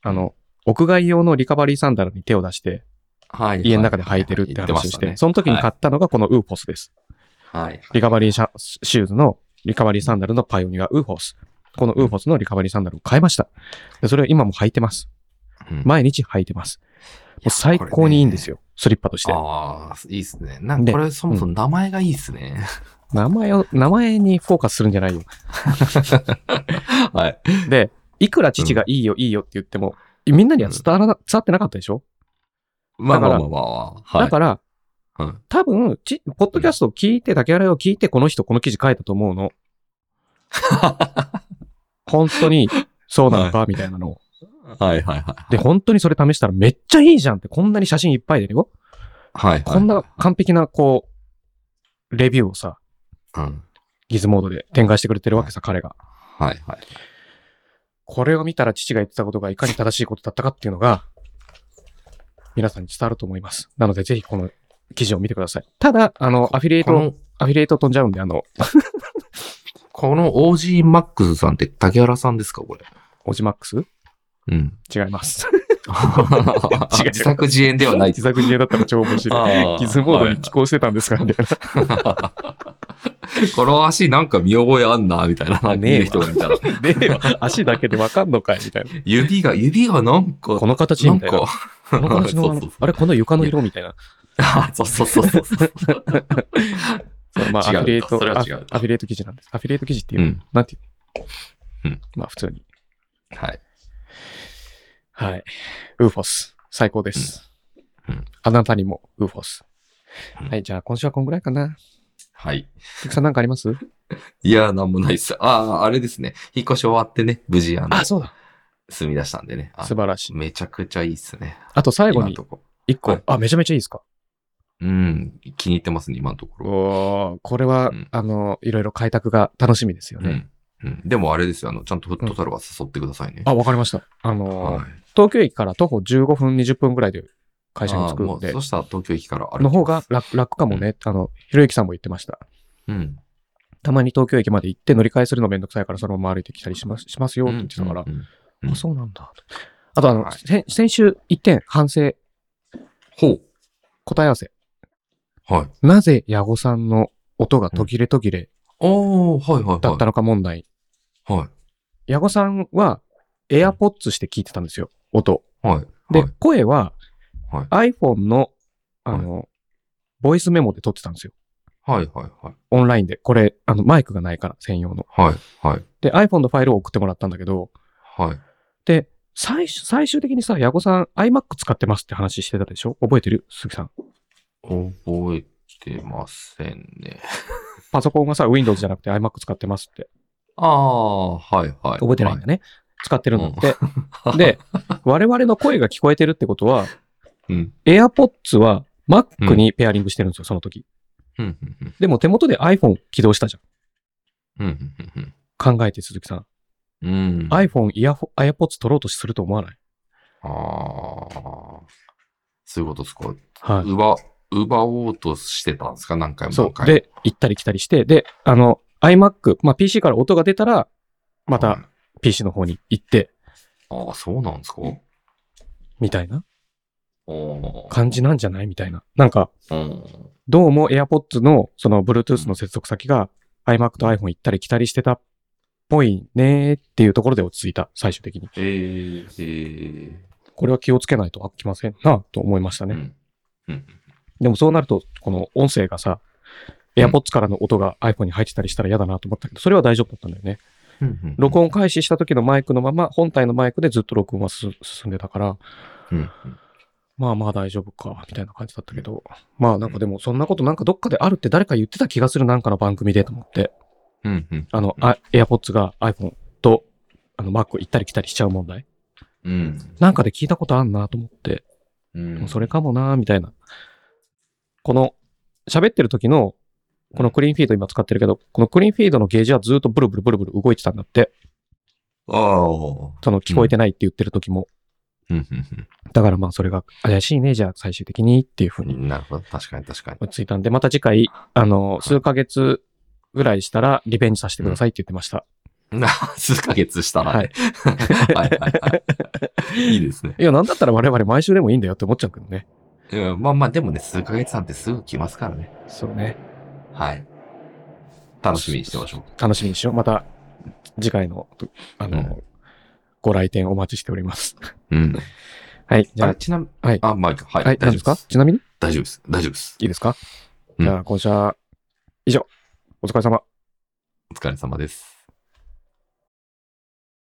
あの、屋外用のリカバリーサンダルに手を出して、はい。家の中で履いてるって話をして、言ってまたねその時に買ったのがこのウーフォスです。はい。リカバリーシャシューズの、リカバリーサンダルのパイオニア、ウーフォス。このウーフォスのリカバリーサンダルを買いました。で、それを今も履いてます。うん毎日履いてます。もう最高にいいんですよ。スリッパとして。ああ、いいっすね。なんかこれそもそも名前がいいっすね。 [LAUGHS] 名前を、名前にフォーカスするんじゃないよ。はい。で、いくら父がいいよ、いいよって言っても、みんなには伝わらな、伝わってなかったでしょまあだまからあまあまあ。はい。だから、ら、多分、ち、ポッドキャストを聞いて、竹原を聞いて、この人この記事書いたと思う [LAUGHS] の。本当に、そうなのか、みたいなのを。はいはいはい。で、本当にそれ試したらめっちゃいいじゃんって、こんなに写真いっぱい出るよ。はい。こんな完璧な、こう、レビューをさ、うん。ギズモードで展開してくれてるわけさ、彼が。はいはい。これを見たら父が言ってたことがいかに正しいことだったかっていうのが、皆さんに伝わると思います。なので、ぜひこの記事を見てください。ただ、あの、アフィリエイこト、の、アフィリエイト飛んじゃうんで、あの、この OG マックスさんって竹原さんですかこれ。オジマックスうん。 [LAUGHS] 違います。違う自作自演ではないで自す。作自演だったら超面白あい。ーギズモードに寄稿してたんですからみたいこの足なんか見覚えあんな、みたいな。ねえわ見る人が見たら。な。 [LAUGHS] で、足だけでわかんのかいみたいな。指が、指がなんか、この形なんみたいな。かこ、の形の、あそうそうそのうあれ、この床の色みたいな。 [LAUGHS] あそうそうそうそう [LAUGHS] そそう。のまあ、ア違フうィリエイト、それアはフ違うィリエイト記事なんです。アフィリエイト記事っていうう、ん。なんていう。うんまあ、普通に。はい。はい。ウーフォス。最高です。うんうんあなたにも、ウーフォス。うんはい、じゃあ今週はこんぐらいかな。はい。鈴木さんなんかありますいやー、なんもないです。ああ、あれですね。引っ越し終わってね、無事、あの、そうだ。住み出したんでね。あ素晴らしい。めちゃくちゃいいっすね。あと最後今のにとこ。一個、はいあ、めちゃめちゃいいですかうん、気に入ってますね、今のところ。おこれは、うんあの、いろいろ開拓が楽しみですようね。ん。うん、でもあれですよ、あの、ちゃんとフットサルは誘ってくださいね。あ、わかりました。あの、はい、東京駅から徒歩15分、20分ぐらいで会社に着くあーもんうでそ、したら東京駅から歩きますの方が、楽楽かもね、あの、ひろゆきさんも言ってました。うん。たまに東京駅まで行って乗り換えするのめんどくさいからそのまま歩いてきたりしますしますよって言ってたから、うんうんうんあ、そうなんだ。あとあの、はいせん先週一点反省、ほ答え合わせ。う。はい。なぜ矢後さんの音が途切れ途切れおー、はいはいはい。だったのか問題。は矢後さんは AirPods して聞いてたんですよ、音。い。はい。で、はい声はは iPhone の、あの、ボイスメモで撮ってたんですよ。はいはいはい。オンラインで。これ、あの、マイクがないから、専用の。はいはい。で、iPhone のファイルを送ってもらったんだけど、はい。で、最終、最終的にさ、矢後さん iMac 使ってますって話してたでしょ覚えてる鈴木さん。覚えてませんね。パソコンがさ、Windows じゃなくて iMac 使ってますって。ああ、はいはい。覚えてないんだね。ね。使ってるんだって。で、我々の声が聞こえてるってことは、うん。 AirPods は Mac にペアリングしてるんですよ、その時。うん。うん。うんでも手元で iPhone 起動したじうん。うんゃん。考えて、鈴木さん。うん。うん。 iPhone、イヤホ、AirPods 取ろうとすると思わないああ。そういうことですか。は奪、奪おうとしてたんですか何回も。そ何う。回も、で、行ったり来たりして、で、あの、iMac、まあ、PC から音が出たら、まはいた PC の方に行って、ああ、そうなんですかみたいなおー感じなんじゃないみたいな。なんか、うん。どうも AirPods の、その Bluetooth の接続先が iMac と iPhone 行ったり来たりしてたっぽいねーっていうところで落ち着いた、最終的に。えー、えこれは気をつけないとあきませんなと思いましたー。ね。うん。うん。でもそうなると、この音声がさ、うん AirPods からの音が iPhone に入ってたりしたら嫌だなと思ったけど、それは大丈夫だったんだよね。うんうん録音開始した時のマイクのまま、本体のマイクでずっと録音はす進んでたから、うんうんまあまあ大丈夫か、みたいな感じだったけど、まあなんかでもそんなことなんかどっかであるって誰か言ってた気がするなんかの番組でと思って、うんうんあの、うんあ AirPods が iPhone とあの Mac 行ったり来たりしちゃう問題。うんなんかで聞いたことあんなと思って、うんもうそれかもなーみたいな。この、喋ってる時の、このクリーンフィード今使ってるけど、このクリーンフィードのゲージはずっとブルブルブルブル動いてたんだって。ああうんその聞こえてないって言ってる時も。うんだからまあそれが怪しいね、じゃあ最終的にっていうふううにんなるほど確かに確かに落ち着いたんで、また次回、あの、数ヶ月ぐらいしたらリベンジさせてくださいって言ってました。な [LAUGHS] 数ヶ月した [LAUGHS] らねはいはいはいいいですねいや、なんだったら我々毎週でもいいんだよって思っちゃうけどね。うんまあまあでもね数ヶ月なんてすぐ来ますからねそうね。はい楽しみにしてましょう楽しみにしよう。また次回の、あの、うんご来店お待ちしております。うん [LAUGHS] はい。じじゃゃあちなみにあ、はい。あマイクはいはい、大何で丈す夫かですちなみに大丈夫です大丈夫ですいいですか、うんじゃあ、今週は以上。お疲れ様。お疲れ様です